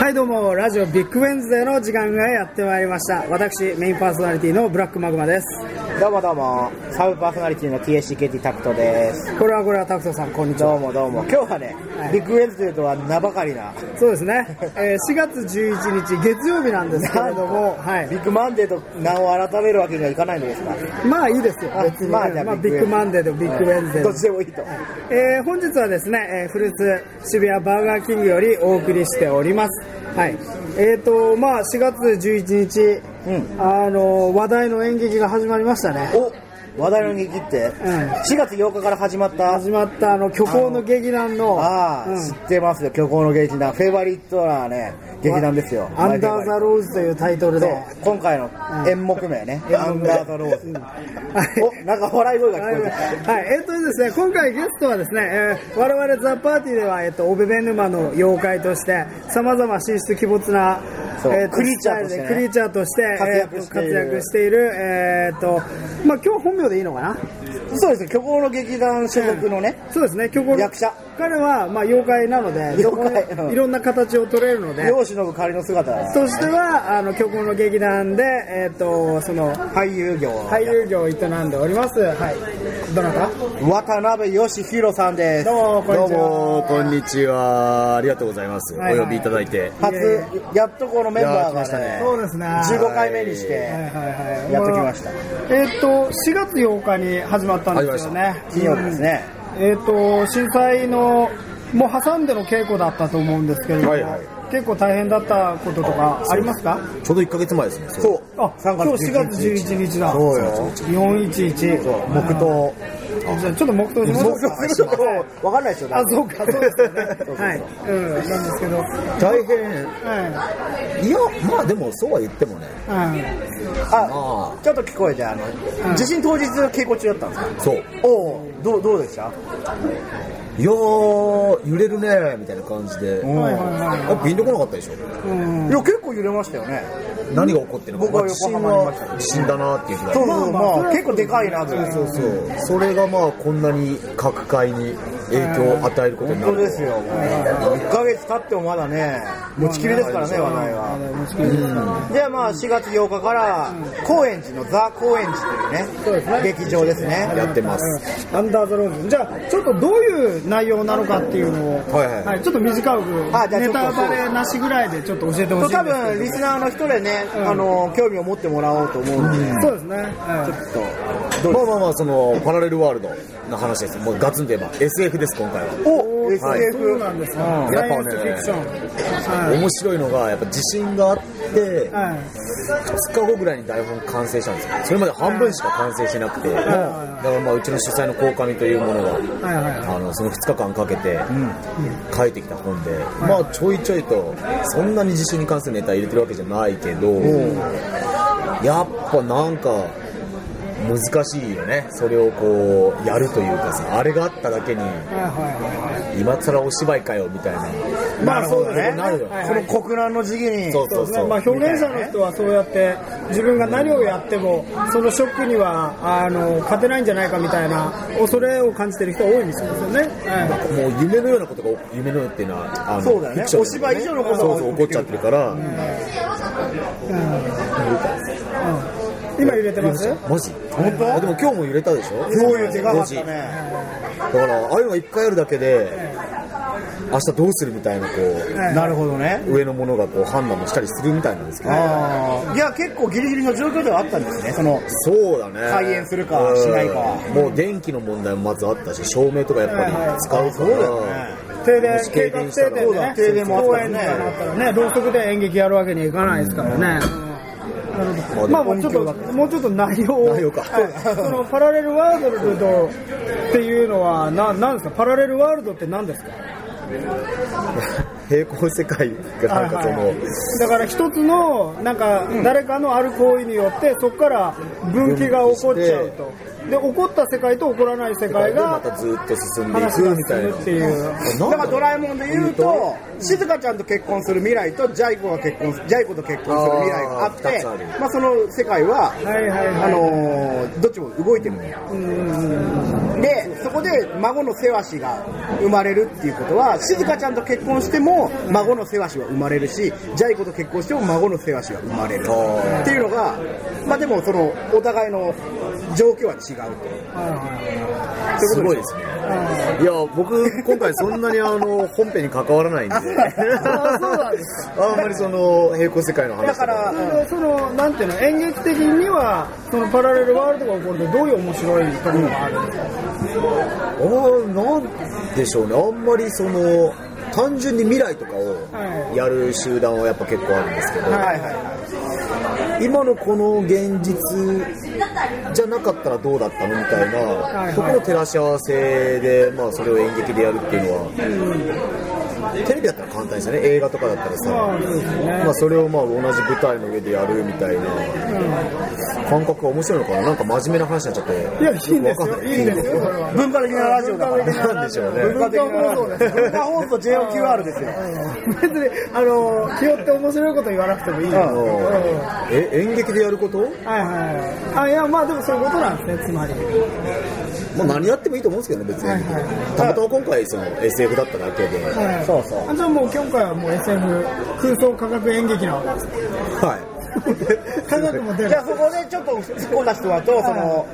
ラジオビッグウェンズデーの時間がやってまいりました私メインパーソナリティのブラックマグマですどうもどうも、サブパーソナリティの TSCKT タクトです。これはこれはタクトさんこんにちはどうもどうも、今日はね、はいビッグウェンズというとは名ばかりな、そうですね、えー4月11日月曜日なんですけれどもはいビッグマンデーと名を改めるわけにはいかないのですが、まあいいですよあ別に、まあじゃあビビッッググマンデーでもビッグウェンズデーでどもっちでもいいと。えー本日はですね、えー古巣渋谷バーガーキングよりお送りしておりますはいえーとまあ4月11日、うあの話題の演劇が始まりましたねお話題の劇って、ん4月8日から始まった、始まったあの虚構の劇団のああ、うん知ってますよ、虚構の劇団、フェイバリットなね、劇団ですよ。アンダー・ザ・ーローズというタイトルでそう、今回の演目名ね、うんアンダーザローうんズ。はいお、なんか笑い声がはい聞こえてきた。はい、えっとですね、今回ゲストはですね、えー我々ザ・パーティーでは、えっと、オベベ沼の妖怪として、さまざま進出鬼没な、そうえとクリーチャーとしスタイてねルでクリーチャーとして、活躍えーとしてい活る躍している、えーっと、まあ、今日本名でいいのかなそうですね、虚構の劇団所属のね、そうですね、虚構の役者。彼は、まあ、妖怪なので、 妖怪そこうんいろんな形を取れるので、世を忍ぶ仮の姿だとしては、あの、虚構の劇団で、えーっと、その、俳優業俳優業を営んでおります。はい。どなた渡辺義弘さんですどうも、こんにどうちは。もこんにちはありがとうございます、はいはいお呼びいただいて初いやいやっとこのメンバーいや来がましたねねそうですね。 15回目にはしいてはいはい、やってきましたあえっ、と4月8日に始まったんですよね金曜日ですねうんえっ、と震災のもう挟んでの稽古だったと思うんですけれども、はいはい結構大変だったこととかありますかちょうど1ヶ月前ですねそうそうあ3今日4月月11日11日だそうよ411そう黙祷じゃあちょっと黙祷しましょう黙祷するとはい分かんないですよあそうかそうですよね そうそうそうはいうんなんですけどは大変いいやまあでもそうは言ってもねはいあちょっと聞こえてあのん地震当日稽古中だったんですかそうおおどうどうでしたいやー揺れるねみたいな感じで、んはいはいはいあピンとこなかったでしょうんいや結構揺れましたよね何が起こってるのか僕はまあ地震横浜にいましたは地震だなっていうぐらいそうそうまあまあまあ結構でかいなぐらいそうそうそれがまあこんなに各界に影響を与えることに本当なるとですよ1ヶ月経ってもまだね持ちきりですからね話題は持ちきりですからねじゃあまあ4月8日から高円寺のザ・高円寺とそうでいすねうね劇場ですねやってますアンダーザローズ。じゃあ、ちょっとどういう内容なのかっていうのを、はいはいちょっと短く、あじゃあちょネっとタバレなしぐらいでちょっと教えてほしい多んです分リスナーの人でねうんあの興味を持ってもらおうと思うんでそうですね。まあまあまあそのパラレルワールドの話ですもうガツンと言えば SF です今回はおはい SF そうなんですよ。うんサやっイエぱンスフィクション。はい面白いのがやっぱ地震があってはい2日後ぐらいに台本完成したんですよそれまで半分しか完成しなくてだからまあうちの主催の鴻上というものがはいはいあのその2日間かけて書いてきた本でまあちょいちょいとそんなに地震に関するネタ入れてるわけじゃないけどやっぱなんか難しいよねそれをこうやるというかさあれがあっただけにはいは今更お芝居かよみたいなまあそうなるだほどなるほどねこの国難の時期にそうい。そそうでうすそね。うまあ表現者の人はそうやって自分が何をやってもそのショックにはあの勝てないんじゃないかみたいな恐れを感じてる人は多いみたいですよね。はいもう夢のようなことが夢のようっていうのはあのそうだよねフィクションお芝居以上のことがそうそう起こっちゃってるから、うん今揺れてますマジ本当でも今日も揺れたでしょそういうでかかっ5時たねだからああいうのが一回あるだけで明日どうするみたいなこはいなるほどねう上のものがこう判断もしたりするみたいなんですけどああいや結構ギリギリの状況ではあったんですねそのそうだね開演するかしないかうんもう電気の問題もまずあったし照明とかやっぱり使うから、停電、計画停電そうでねだ、停電もあった公し園ねとかにあったらね、ろうそくで演劇やるわけにはいかないですからね。なるほどまあもうちょっと、もうちょっと内容を。内容かはいそのパラレルワールドっていうのは、な、なんですかパラレルワールドって何ですか平行世界がなんかその、はいはいだから一つの、なんか、誰かのある行為によって、そこから分岐が起こっちゃうと。で、起こった世界と起こらない世界でまが、たずっと進んでい話くがみすたいるなっていう。なんだからドラえんもんで言うと、静香ちゃんと結婚する未来と、ジャイ子が結婚す、ジャイ子と結婚する未来があっあー二て、つあるまあその世界は、はいはいはいあのーどっちも動いてるね。うんうんうんでそこで孫の世話しが生まれるっていうことは静香ちゃんと結婚しても孫の世話しは生まれるしジャイ子と結婚しても孫の世話しは生まれるっていうのが、まあ、でもそのお互いの状況は違うと。すごいですね。いや、僕、今回そんなにあの、本編に関わらないんで。。あそうなんです あんまりその、平行世界の話だかとらでそのなんていうの演劇的にはそのパラレルワールドが起こるとどういう面白いところがあるんですか、ああ、なんでしょうね。あんまりその、単純に未来とかはをやる集団はやっぱ結構あるんですけど、はいはいはい今のこの現実じゃなかったらどうだったのみたいはいなところを照らし合わせで、まあ、それを演劇でやるっていうのは、テレビだったら簡単ですよね映画とかだったらさ、まあそうですねまあ、それをまあ同じ舞台の上でやるみたいな感覚が面白いのかななんか真面目な話になっちゃっていやいいんですよくわよかいいんですよそれは文化的なラジオだからなんでしょうね文化的なラジ文オ化放送です文化放送 JOQR ですよ別にあの気負って面白いこと言わなくてもいいあよ、うんはのえ演劇でやること、いはいあいやまあでもそういうことなんですねつまりまあ、何やってもいいと思うんですけどね別に、はいはたまたま今回その SF だっただけで、はいそうそうあじゃあもう今回はもう SF 空想科学演劇なわけですはい。科学も出じるゃあそこでちょっと突っ込んだ人はとその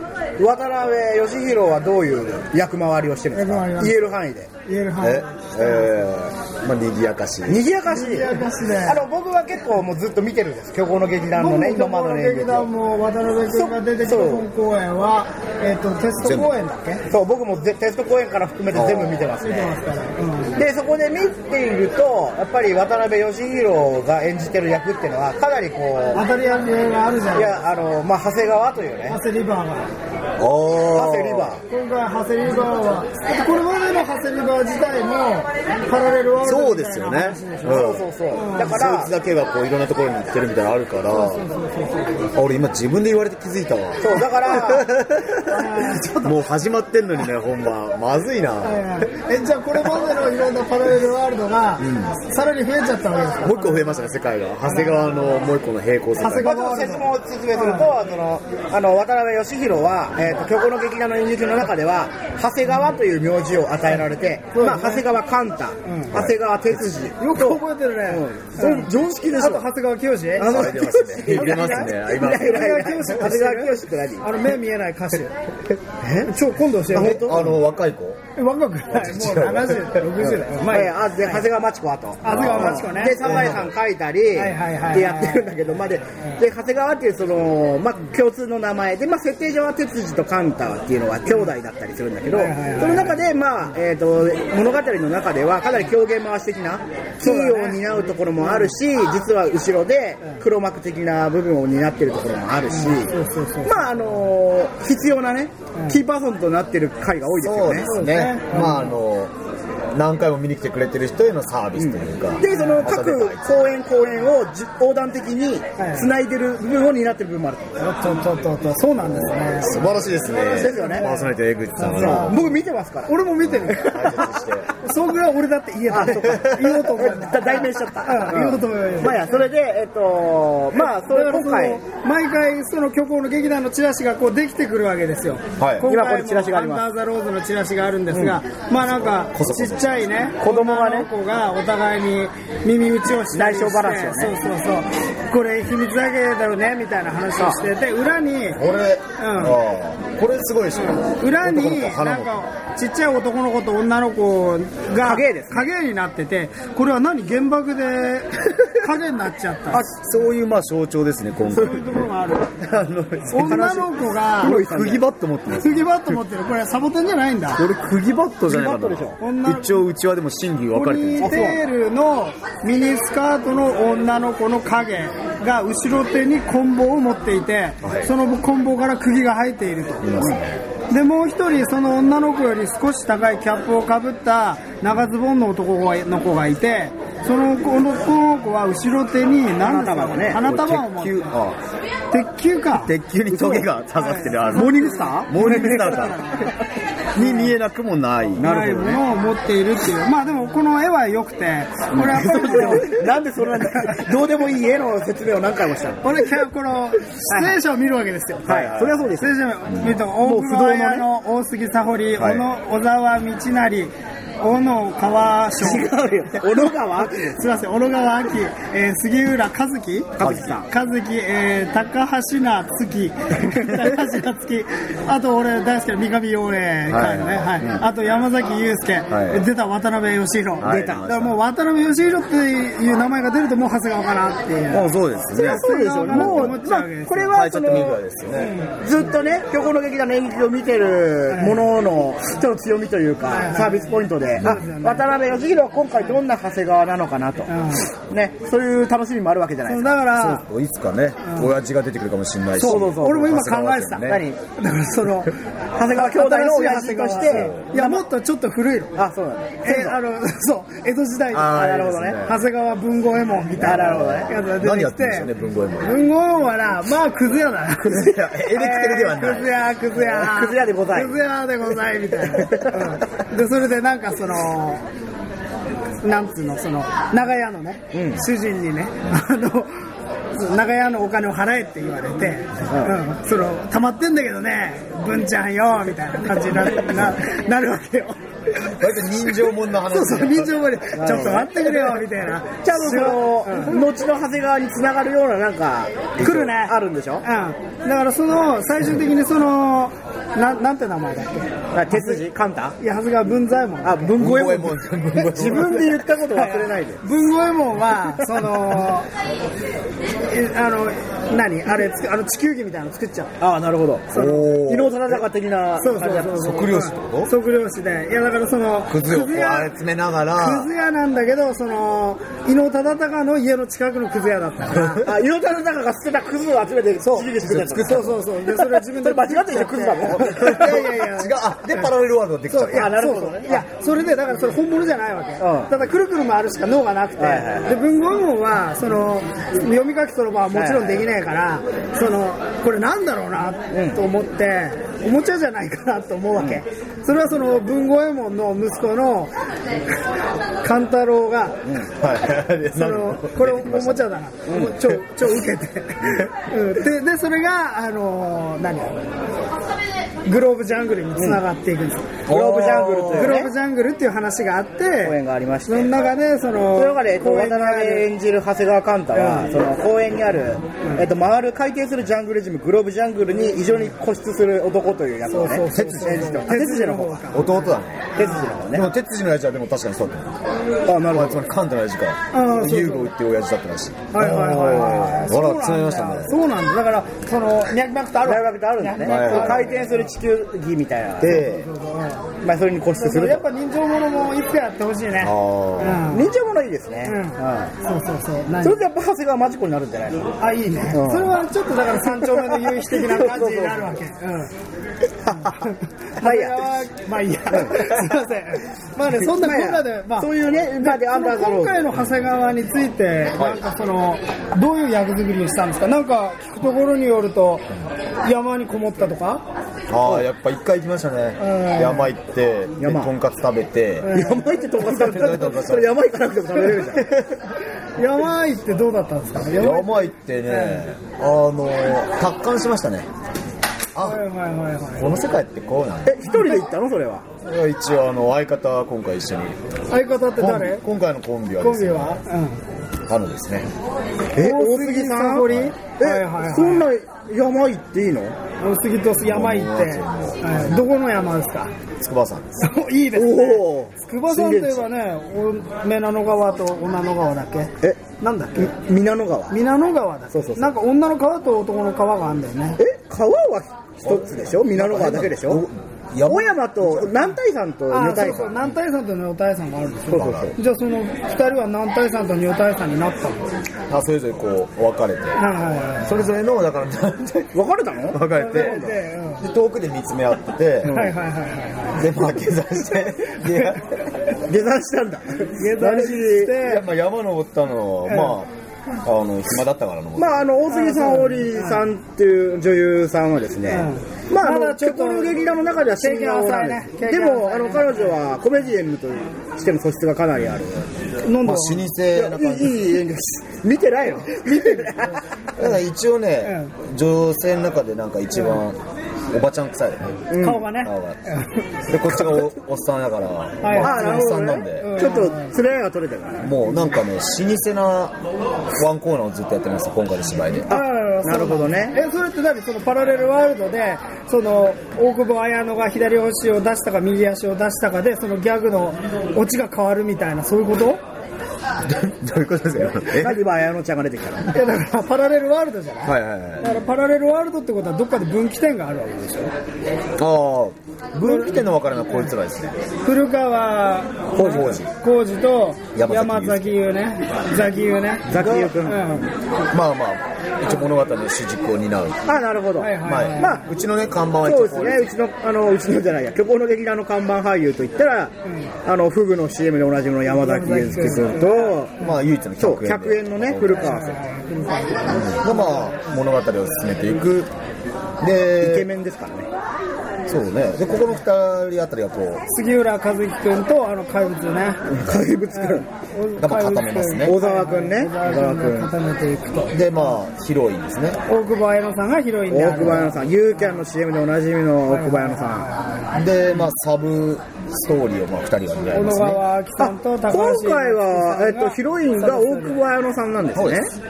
渡辺義弘はどういう役回りをしてるんです役か回りは言える範囲で言える範囲え、えー、まあ、賑やかし。賑やかしい賑やかしいねあの僕は結構もうずっと見てるんです虚構の劇団僕のねも今まこのでの演劇劇団をも渡辺君が出てきた本公演は、えっとテスト公演だっけそう僕もぜテスト公演から含めて全部見てます見てまねすから、うんでそこで見ているとやっぱり渡辺義弘が演じてる役っていうのはかなりこう当たり屋があるじゃないいですかやあのまあ長谷川というね長谷リバーがああ。長谷リバー今回ハセリバーはあとこれまでのハセリバー自体もパラレルワールドそうみでたいすなよ話ねで。そうそうそうだかそいらつだけがこういろんなところに行ってるみたいなのあるから、あ俺今自分で言われて気づいたわ。そうだ から もう始まってんのにね、ほんま。まずいな。はいはいえじゃあこれまでのいろんなパラレルワールドがさらに増えちゃったわけですかもう一個増えましたね、世界が。長谷川のもう一個の平行世長谷界。まあ、ちょっと説明を説明すると、そのあの渡辺義弘は、えー、と虚構の劇団の演劇の中では、長谷川という名字を与えられて、そうまだあ、ね長谷川寛太、長谷川哲司、よく覚えてるね、それ常識でしあとょ長谷川清ああります ね。いりますね。ありま長すね。谷川清って知ってる長谷川清って何あの目見えない歌手えちょ今度教えてあの、若い子。え若くないもう70 60代ま前あ、あで長谷川町子あと。長谷川真知子ねで、サザエさん書いたり、はいはいはいはいでやってるんだけど、まあ、で、で、長谷川っていうその、まあ、共通の名前で、まあ、設定上は哲司と寛太っていうのは兄弟だったりするんだけど、はいはいはいその中で、まあ、えっ、と、物語の中ではかなり狂言回し的な、キうだねーを担うところもあるし、実は後ろで黒幕的な部分を担ってるところもあるし、そうそうまあ、あのー必要なね、キーパーソンとなってる回が多いですそようねで。すね。まあ、あの、何回も見に来てくれてる人へのサービスというか。でそのまた出各たあいつ公演公演をじ横断的に繋いでる部分を担ってる部分もあると、おっとっとっとっとそうなんですね素晴らしいですね。ですよねパーソナリティ江口さんそがう僕見てますから俺も見てる解説して。そんぐらい俺だって言えたあそうか言おうと思えだた代弁しちゃったうん言おうと思えばまあいやそれでえっとまあそれだから今回その毎回その虚構の劇団のチラシがこうできてくるわけですよ、はい今今こ回れもチラシがありますアンダー・ザ・ローズのチラシがあるんですが、まあなんかこそこちそっちゃいね子供がね女の子がお互いに耳打ちをしたりして内緒話をねそうそうそうこれ秘密だけだよねみたいな話をしてて裏にこれ、あーこれすごいでしょ。裏男のに子な花んもかちっちゃい男の子と女の子が影ですね影になっててこれは何原爆で影になっちゃったあそういうまあ象徴ですね、今そう回。いうところ があるあの女の子が今釘バット持ってます。次バット持ってるこれサボテンじゃないんだこれ釘バットじゃないか釘バットでしょ女のな。子一応うちはでも真偽分ポかれてるんニですーテールのミニスカートの女の子の影が後ろ手に棍棒を持っていて、はいその棍棒から釘が生えているといますねでもう一人その女の子より少し高いキャップをかぶった長ズボンの男の子がいてそのこのこの子は後ろ手に何です花か束がね花束を持鉄って球あ鉄球か鉄球にトゲが刺さってるあるモーニングスターモーニングスターかに見えなくもないなないものを持っているっていうまあでもこの絵は良くてこれやっぱり なんでそんな、どうでもいい絵の説明を何回もしたのこれ今日この出演者を見るわけですよ。はいはいそれはそうです出演者を見ると、大不久動保のね綾の大杉沙織、はい小野小沢道成、小野川翔。違うよ。小野川すみません、小野川明、えー杉浦和樹、和樹さん和樹、えー高橋な月、高橋な月、あと俺大好きな三上洋平会のね、はいあと山崎祐介、はい出た渡辺義弘、はい出た。出まだしたからもう渡辺義弘っていう名前が出るともう長谷川かなっていう。もうそうですねそうでしょ。もう、思っちまゃあうわけですよ、これ変はえちゃそってもいいぐらいので、すよねずっとね、虚構の劇団の演劇を見てるものの、ちょっと強みというか、サービスポイントで、あ、渡辺義弘は今回どんな長谷川なのかなと、ね、そういう楽しみもあるわけじゃないそでうすだから、いつかね親父が出てくるかもしれないしそうそうそう俺も今考えてた長谷川家 か。何のねだからその、長谷川兄弟の親父として、いやもっとちょっと古いのあ、そうなんだ。えあのそう江戸時代のあーなるほどねいいですね長谷川文豪右衛門みたいななるほどねやつが何出てやっきてんですかてね文豪も文豪はなまあクズ屋 だなクズ屋エレキテルではないクズ屋クズ屋クズ屋でございクズ屋でございみたいな、うんでそれでなんかそのなんつうのその長屋のね、主人にねあの長屋のお金を払えって言われて、うんその溜まってんだけどね文ちゃんよみたいな感じになるななるわけよ割と人情もんの話そうそう、臨場まで、ちょっと待ってくれよ、みたいな。じゃあ、その、後の長谷川に繋がるような、なんか、来るねあるんでしょうん。だからその、最終的にその、ななんて名前だっあ手筋カンタけいや、長谷川文左衛門。あ、文文豪豪絵衛本門自分で言ったこと忘れないで。文豪右衛門は、その、えあの、何あれ、つあの地球儀みたいなの作っちゃう。 ああ、なるほど。その伊能忠敬的なそう感じそうだそっうた。そう。測量士ってこと測量士で。いや、だからその、クズをこうクズ屋集めながクらズ屋なんだけど、その、伊能忠敬の家の近くのクズ屋だったから。 あ、伊能忠敬が捨てたクズを集めて、そう。そうそうそう。で、それは自分で。それ間違ってんじゃんクズだもんいやいやい や。違うあでパラレルワールドできちゃそうういやあなるほどそねうそういやそれでだからそれ本物じゃないわけ、んただくるくる回るしか脳がなくて、はいはいはいで文豪門はその読み書きそろばんはもちろんできないから、そのこれなんだろうなと思って、おもちゃじゃないかなと思うわけ、それはその文豪右衛門の息子の 勘太郎が、はいそのこれおもちゃだな、ちょちょ受け て、うん、ででそれがあのー何グローブジャングルにつながっていくんです、グローブジャングルとグローいうブね、ジャングルっていう話があって、公演がありましそのて。中で、その、その中で、えっと公園渡にあ辺る演じる長谷川寛太うは、んその公園にある、えっと、回る、回転するジャングルジム、グローブジャングルに異常に固執する男という役をね、そう鉄そうそ筋う演じてますあ鉄筋の方か。弟だね鉄筋の方でね。も鉄筋の親父はでも確かにそうだったあ、なるほどつ。まりカンタの親父あかーそうそう遊具を売ってる親父だったらしいはいはいはいはい。あらつながりましたねそうなんだ。だから、その、脈々とある大学ってあるんだね。はいはい回転する地球儀みたいな。でまあ、それに固執すそるうやっと。ぱ人情ものもいつかやってほしいね。あーうん忍者ものいいですね。うんはいそうそうそう。それでやっぱ長谷川マジ子になるんじゃないのあ、いいね。うんそれはちょっとだから三丁目の夕日的な感じになるわけ。うん。まあいいや。まあいいや。すいません。 まあね、そんなこんなで、まあ、そういうね、まあ、で、アンダーザロ今回ーの長谷川について、なんかその、どういう役作りをしたんですか、なんか聞くところによると、山にこもったとか、あーやっぱ一回行きましたね山行ってで山とんかつ食べてド。やばいってとんかつ食べとんかつ食べたたそれやばい行かなくても食べれるじゃん。山行ってどうだったんですか、山山行ってねあのー達観しましたねはいはいはいはい、この世界ってこうなんだえ、一人で行ったのそれは。これは一応あの相方は今回一緒に相方ってコン誰今回のコンビはコでンすビねは、あのですねえ大杉さんえ、え、はいはいそんはな山行っていいのい、大杉と山行って、はいどこの山ですか、筑波山ですいいですね、おー筑波山といえばね、お女の川と女の川だっけ、え、なんだっけ、み皆野川。皆の川だっけそうそうそうなんか女の川と男の川があるんだよね。え、川は一つでしょ皆野川だけでしょ山小山と、南大山とあ女そ大うそう、山。南大山と女大山があるんですよ。そうそうそう。じゃあその二人は南大山と女大山になったんですよ。あそれぞれこう分かれてはいはそれぞれのだから なん別てれたの分かれいはい。てで、うんで遠くで見つめ合っててはいはいはいはい。で、まあ、下山して、 いや、下山したんだ下山してやっぱ山登ったのは、まあ、あの、暇だったから登っまあ、あの大杉さん、織さんっていう女優さんはですね、まあ、あまのだちょっと曲の劇団の中では新顔なんで経験す浅いねで経験浅いもあの彼女はコメディエンヌとしての素質がかなりある、飲んだまあ、わ老舗な感じ。いい演技です、見てないの、見てない、だから一応ね、女性の中でなんか一番、おばちゃん臭いよね。顔がね顔がで、こっちがおおっさんだから、いまあ、おっさんなんで。うんちょっと連れ合いが取れてるから、もうなんかね、老舗なワンコーナーをずっとやってます、今回の芝居で。あなるほどねえそれって何そのパラレルワールドでその大久保綾乃が左足を出したか右足を出したかでそのギャグのオチが変わるみたいなそういうことどういうことですなかぜ今、綾乃ちゃんが出てきたの、いやだからパラレルワールドじゃないはいはいはい。だからパラレルワールドってことはどっかで分岐点があるわけでしょああ、分岐点の分からないこいつらですね。古川ほうほうじ。浩二と山山崎崎優ねザキ優ねザキユう君、んあまあまあ、一応物語の主軸を担う。なるほど、はいはいまはいあ、まあ、うちのね、看板は一そう応ですね、うちの、あの、うちのじゃないや、虚構の劇団の看板俳優といったら、あの、フグの CM でおなじみの山崎祐介君と、まあ、唯一のそう100円で。 100円のね古川さんが、まあ、物語を進めていく。で、イケメンですからねン。そうね。で、ここの二人あたりがこう、杉浦和樹君とあの怪物ね 怪物くんうんやっぱ固めますね小沢くんね小沢君が小固めていくとで、まあ、ヒロインですね。大久保綾乃さんがヒロインであ大久保る綾乃さんユーキャンの CM でおなじみの大久保綾乃さで、まあ、サブストーリーを、まあ、二人が見られ小ま野すね。川明さんとん高今橋回は、えっと、ヒロインが大久保綾乃さんなんですそうねです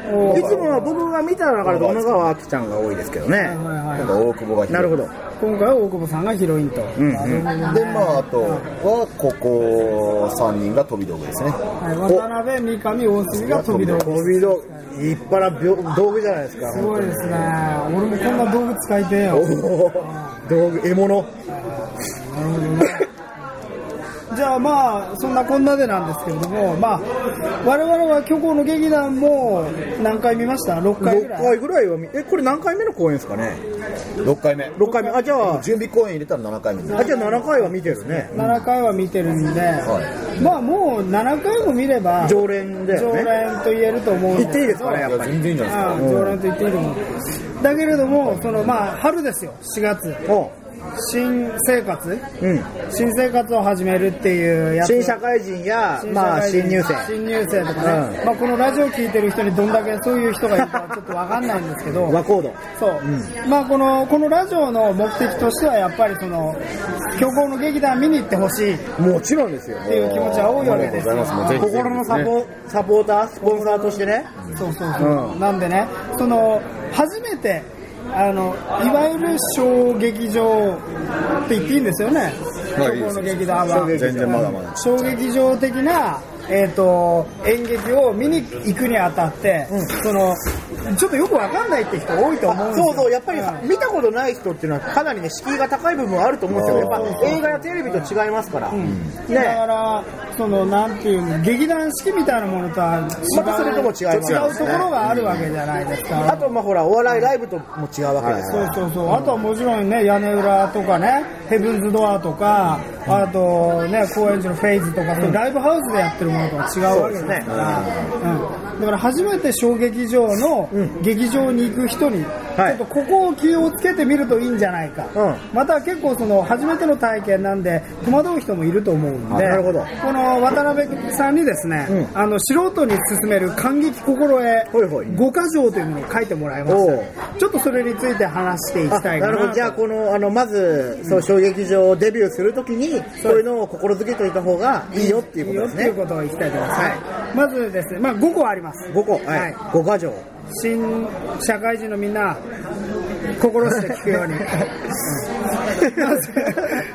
いつもは僕が見た中だと小野川明ちゃんが多いですけどねはいはい今度大久保がヒロなインるほど今回は大久保さんがヒロインと、うんでまああとはここ3人が飛び道具ですねはい渡辺三上大杉が飛び道具飛び道具立派なびょ道具じゃないですかすごいですね俺もこんな道具使いてえおよお道具獲物じゃあまあそんなこんなでなんですけれどもまあ我々は虚構の劇団も何回見ました6回ぐ6らい回ぐらいは見えこれ何回目の公演ですかね6回目6回目あじゃあ準備公演入れたら7回目あじゃあ7回は見てるね7回は見てるんで、まあもう7回も見れば常連だよ常ね連と言えると思うん言っていいですかねやっぱり全然いいんじゃないああ常連と言っていいと思うだけれどもそのまあ春ですよ4月お新生活うん新生活を始めるっていうやつ新社会人や新社会人まあ新入生新入生とかね、まあ、このラジオ聞いてる人にどんだけそういう人がいるかはちょっとわかんないんですけ ど和コードそう、まあこのこのラジオの目的としてはやっぱりその虚構の劇団見に行ってほしいっもちろんですよていう気持ちは多いわけですよありがとうござい心のサポサポータースポンサーとしてねそうそうそう、なんでねその初めてあのいわゆる小劇場って言っていいんですよねまあいい虚構ですの劇団は全然まだまだ小劇場的な、えー、と演劇を見に行くにあたって、そのちょっとよくわかんないって人多いと思うんですよそうそうやっぱり見たことない人っていうのはかなりね敷居が高い部分はあると思うんですよやっぱ映画やテレビと違いますからだかねら、そのなんていうの劇団式みたいなものとは違う,、またそれとも違いますね違うところがあるわけじゃないですか、あとまあほらお笑いライブとも違うわけですそかうらそうそう、あとはもちろんね、屋根裏とかね、ヘブンズドアとか、あとね、高円寺のフェイズとか、そういうライブハウスでやってるものとは違うわけですから、うんだから初めて小劇場の劇場に行く人に、ちょはいっとここを気をつけてみるといいんじゃないか、うまた結構その初めての体験なんで、戸惑う人もいると思うんで、なるほどこの渡辺さんにですね、あの素人に勧める感激心得ほいほい5箇条というのを書いてもらいまおしうた。ちょっとそれについて話していあきたいなかるほどなじゃあと。このあのまずそう小劇場をデビューするときにそういうのを心づけといた方がいいよっていいういこよとっですていうねことを言いたいと思います。はい。まずですね、まあ5個あります。 5個ははいい5箇条新社会人のみんな、心して聞くように。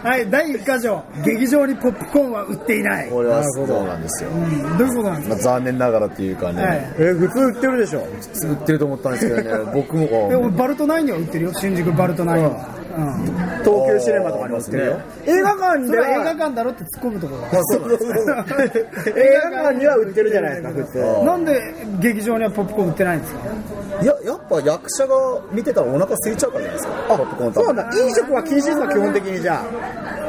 はい、第1箇条、劇場にポップコーンは売っていない。これはそうなんですよ、うんどういうことなんですまあ、残念ながらっていうかかね、はい。え普通売ってるでしょ売ってると思ったんですけどね僕もえ俺バルトナインには売ってるよ、新宿バルトナインは。うん。東急シネマとかにも売ってるよ映画館そでれは映は画館だろって突っ込むところだ まあそうなんです ね映画館には売ってるじゃないですか普通なんで劇場にはポップコーン売ってないんですかいややっぱ役者が見てたらお腹空いちゃうからじゃないですかポップコーン食べそうだ飲食は禁止ですか基本的にじゃ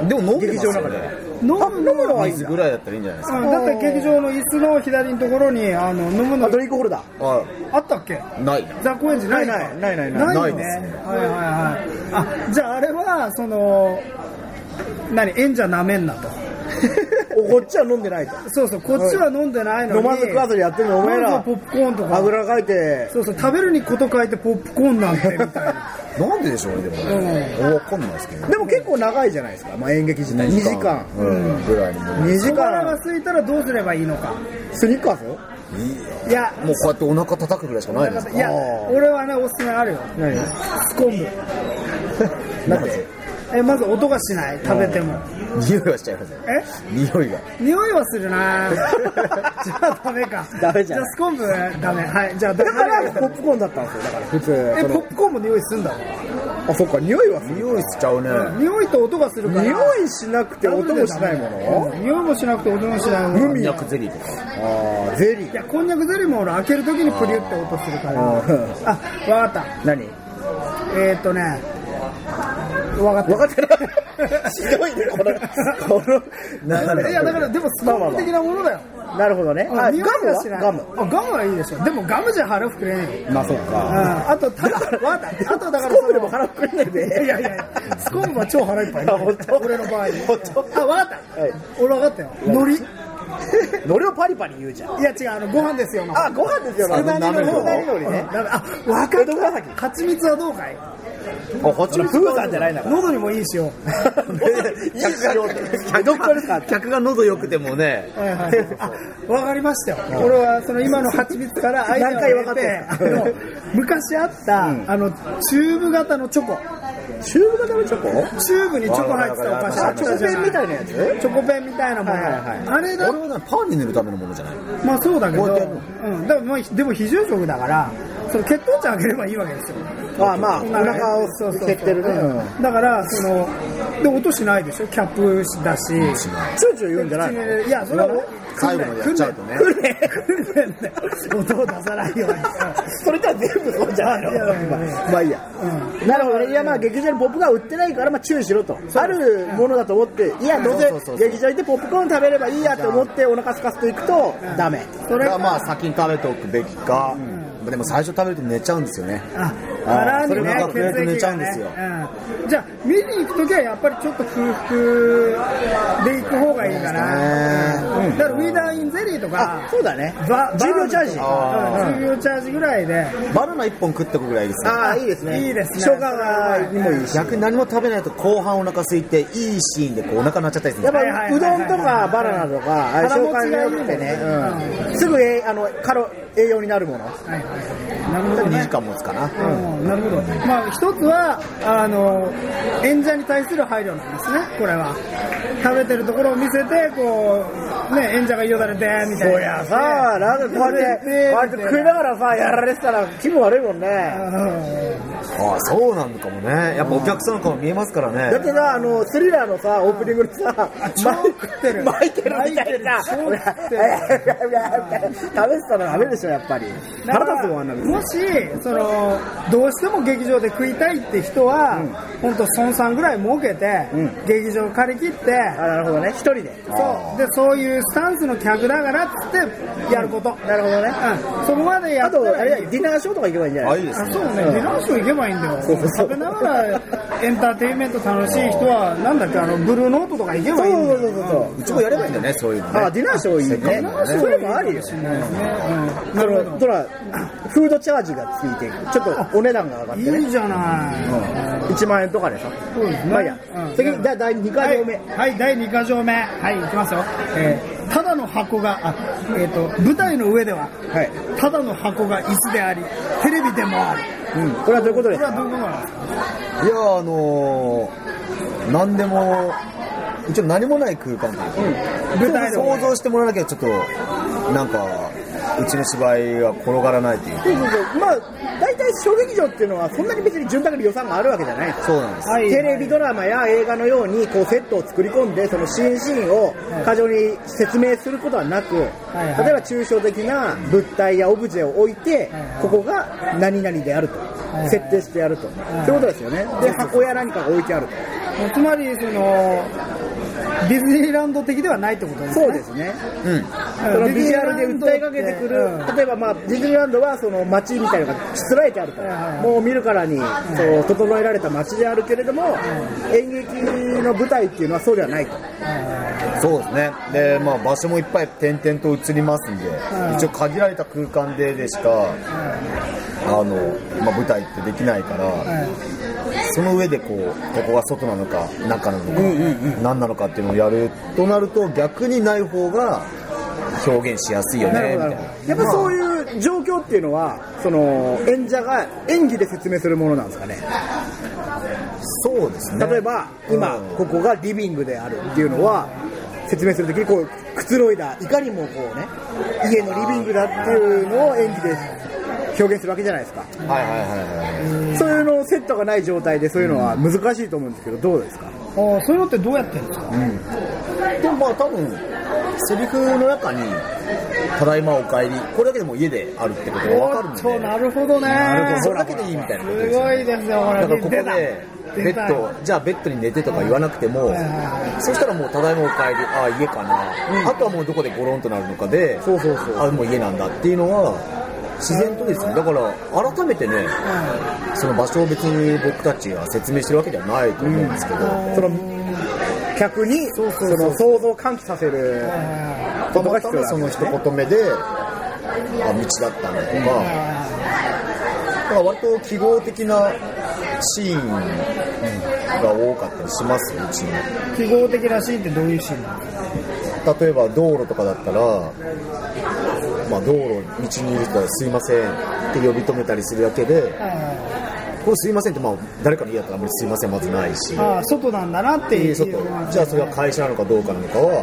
あでも飲んでま劇す場のよ中でね飲むのむのはいいん水ぐらいだったらいいんじゃないですかうんだって劇場の椅子の左のところにあの飲むのあドリンクホルダーああったっけない雑コ園寺ないかないないないなないいよないですねはいはいはいあじゃああれはその何演者なめんなとおこっちは飲んでないとそうそうこっちは飲んでないのに飲まず食わずにやってるのお前らまずはポップコーンとか油かいてそうそう食べるにこと書いてポップコーンなんてみたいななんででしょうねでもね分かんないですけどでも結構長いじゃないですか、まあ、演劇時代2時間うんぐらいにもう2時小腹が間空いたらどうすればいいのかスニッカーズいやこうやってお腹叩くぐらいしかないですいや俺はねおすすめあるよ何スコンブなんでえまず音がしない食べても匂いはしちゃいますえ匂いが匂いはする なじゃあダメかダメじゃじゃんあスコンブダメはいじゃあだだからポップコーンだったんですよだから普通えそポのップコーンも匂いすんだあそっか匂いはする匂いしちゃうね匂いと音がするから匂いしなくて音もしないものうん匂いもしなくて音もしないものミ薬ゼリーとかああゼリいーやこんにゃくゼリーも俺開けるときにプリュって音するからあわかった何えーっ、とねわかっ分かってない ひどいねこのこの流たいやだからでもスコーン的なものだよなるほどねあガム匂いがしないはガムあガムはいいでしょでもガムじゃ腹膨れないよまあそっうんかあとただわかったあとだからスコーンでもその腹膨れないでいやいやいや、スコーンは超腹いっぱい。俺の場合。あ、わかった。はい俺わかったよ。海苔。い海苔をパリパリ言うじゃんや違う、あの、ご飯ですよの。あ、ご飯ですよ、あの佃煮のな方。めのりね。ダメあ、わかっ江戸川崎た。蜂蜜はどうかいあこっちあのプーさんじゃないんだから。喉にもいいしよ いいですよって。どっからですか客が喉よくてもねう。はいはいはい。あ、わかりましたよ。俺はその今の蜂蜜からアイデアを入れて、あ何回わかったんので昔あった、あの、チューブ型のチョコ。チューブ型のチョコチューブにチョコ入ってたお菓子あ、チョコペンみたいなやつチョコペンみたいなもの。はいはいはいあれだ俺はねパンに塗るためのものじゃないまあそうだけど、こうやってやるうん、だからまあでも非常食だから、その血糖値上げればいいわけですよ。あ、まあ、おお腹ね腹をそうそうそう減ってるね。うんだから、その、で、音しないでしょキャップだし。しないちょいちょい言うんじゃないのいや、それは最後までやっちゃうとね訓練、訓練だよ音を出さない ように。それとは全部そうじゃないのいやいやいやいやまあいいや。なるほどね。いや、まあ劇場にポップが売ってないから、まあ注意しろと。あるものだと思って、いや、どうせそうそうそうそう劇場行ってポップコーン食べればいいやと思ってお腹すかすと行くと、ダメ。それだからまあ先に食べておくべきかでも最初食べると寝ちゃうんですよねあ、あ腹にそれねが、血増えて寝液ちゃがうんねですよ。うんじゃあ、見に行くときはやっぱりちょっと空腹で行く方がいいかな。うんだから、ウィーダーインゼリーとかあ、、そうだね。ば10秒チャージ。バーンうん10秒チャージぐらいで、バナナ一本食ってくぐらいですねああ、いいですね。いいですね生姜がにもいいし。逆に何も食べないと後半お腹空いていいシーンでこうお腹鳴っちゃったりするやんっでぱはいはいはいはいうどんとかバナナとか、あれ消化に良くてね、うん、すぐえあのカロ栄養になるもの、はいはい、なるほどすよ2時ね。間持つかなうん、なるほど。まあ、一つは、あの、演者に対する配慮なんですね、これは。食べてるところを見せて、こう、ね、演者がよだれて、みたいな。そりゃさ、なんかこうやって、こうやって食いながらさ、やられてたら気分悪いもんね。ああそうなんかもねやっぱお客さんの顔見えますからだってねさ、あの、スリラーのさ、オープニングのさ、超食ってる巻いてるみたいなさ、巻い食てべるて超食ってるたらダメでしょ、やっぱり。だか腹ら立つもん、あんなの。もし、その、どうしても劇場で食いたいって人は、本当孫さんぐらい儲けて、劇場借り切って、あ、なるほどね、一人で。そうでそういうスタンスの客だからっつってやること、なるほどね、うん、そこまでやあったと、らあれだよディナーショーとか行けばいいんじゃあないいですあねそうね、ディナーショー行けばいいんだよそうそうそう食べながらエンターテインメント楽しい人はなんだっけあのブルーノートとか行けばいいんだよそうそうそうそう。うちもやればいいんだねそういうのあ、ねディナーショーいいね。せっかくだからねそれもありよ。うんなそるのほほら、フードチャージがついて、ちょっとお値段が上がってどいね、いじゃない、 1万円とかでしょ。そうですねまあいいやうん、次、だ第2回目。はい、はい第2か条目はい行きますよ、えーただの箱があ、えー、と舞台の上でははい。ただの箱が椅子でありテレビでもあるうん。これはどういうことでこれすかはどういうことなんですかいやあのー何でも一応何もない空間というか舞台の上想像してもらわなきゃちょっとなんかうちの芝居は転がらないというかそうそうそうまあ、大体小劇場っていうのは、そんなに別に潤沢に予算があるわけじゃないです。そうなんですはいテレビドラマや映画のようにこうセットを作り込んでそのシーンシーンを過剰に説明することはなくいはい例えば抽象的な物体やオブジェを置いてはいここが何々であるといはい設定してあるとそういうことですよねで箱や何かが置いてあるとつまりそのディズニーランド的ではないってことですねそうですね、うんうんそのビジュアルで訴えかけてくる、うん例えば、まあ、ディズニーランドはその街みたいなのがしつらえてあると、はいはいはいもう見るからに、そう整えられた街であるけれども、演劇の舞台っていうのはそうではないと、そうですねで、まあ、場所もいっぱい点々と移りますんで、ん一応限られた空間ででしか、あのまあ、舞台ってできないから、はいその上でこうここが外なのか中なのか、何なのかっていうのをやるとなると逆にない方が表現しやすいよなるねほみどないるたなほどやっぱそういう状況っていうのは、その演者が演技で説明するものなんですかね、そうですね例えば、今うん、ここがリビングであるっていうのは、説明するときにこうくつろいだ、いかにもこうね、家のリビングだっていうのを演技で表現するわけじゃないですか。はいはいはいはいそういうのをセットがない状態でそういうのは難しいと思うんですけど、どうですかあーそういうのってどうやってるんですかでもまあ多分セリフの中に「ただいまお帰り」これだけでもう家であるってことが分かるんでそうなるほどねなるほどそれだけでいいみたいなことすですよごねいですよこれだからここでベ出たッドじゃあベッドに寝てとか言わなくてもそしたらもう「ただいまお帰り」ああ家かな、あとはもうどこでゴロンとなるのかでそうそうそうあもう家なんだっていうのは自然とですねだから改めてねその場所を別に僕たちが説明してるわけではないと思うんですけど、その客にその想像を喚起させるたことがま必た要まなそんでのす一ね。言目で、あ、道だったねとか、だから割と記号的なシーンが多かったりしますようちの。記号的なシーンってどういうシーンなの例えば道路とかだったら、まあ、道路、道にいる人はすいませんって呼び止めたりするだけで、これすいませんって、まあ、誰かの家だったらあんまりすいませんまずないし。あー外なんだなってっていいうう外じゃあそれは会社なのかどうかなのかは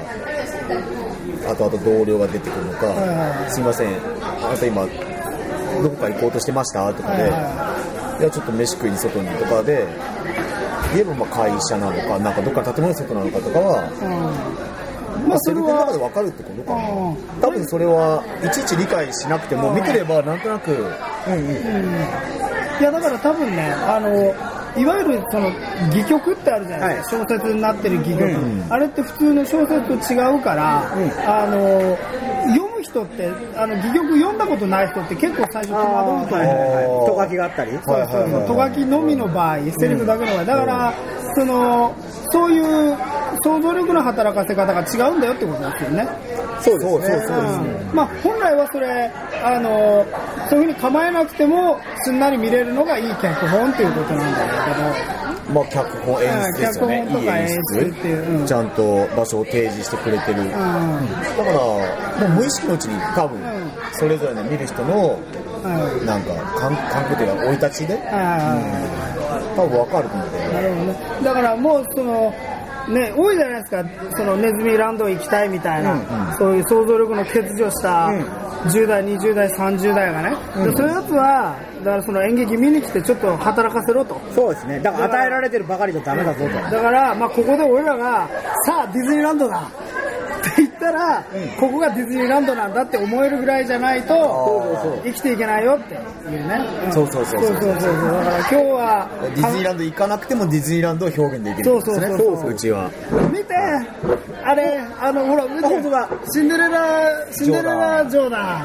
あとあと同僚が出てくるのはかすいませんあなた今どこか行こうとしてましたとかではいいやちょっと飯食いに外にとかで言えばまあ会社なのかなんかどっかの建物の外なのかとかはうんままああそそれれの中はで分かるってことかなうん多分それはいちいち理解しなくても見てればなんとなくいやだから多分ねあのいわゆるその戯曲ってあるじゃないですか、小説になってる戯曲、あれって普通の小説と違うから、あの読む人ってあの戯曲読んだことない人って結構最初戸惑うと思うあーとかきがあったり。はいはいはいとがきのみの場合、セリフだけの場合、だから、その、そういう想像力の働かせ方が違うんだよってことですよね。そうそうそうそううんまあ、本来はそれ、あの、そういうふうに構えなくても、すんなり見れるのがいい脚本っていうことなんだまあ、脚本演出ですよね、うん脚本とかいい演出演出っていううんちゃんと場所を提示してくれてる、だからもう無意識のうちに多分、んそれぞれの見る人のけど、うん。うんなんか感感覚というか生い立ちであ多分分かると思うんだーよなねるほどね。だからもう、その、ね、多いじゃないですか、そのネズミランド行きたいみたいな、そういう想像力の欠如した10代、20代、30代がね、でそういうやつは、だからその演劇見に来て、ちょっと働かせろと、そうですね。だから与えられてるばかりじゃダメだぞだから、まあ、ここで俺らが、さあ、ディズニーランドだって言ったら、ここがディズニーランドなんだって思えるぐらいじゃないと、生きていけないよっていうね。んそうそうそうそそううそうそうだから今日は、ディズニーランド行かなくてもディズニーランドを表現できるんですそうそねうそうそううちは見てあれあのほら見て本当だシンデレラシンデレラ城だ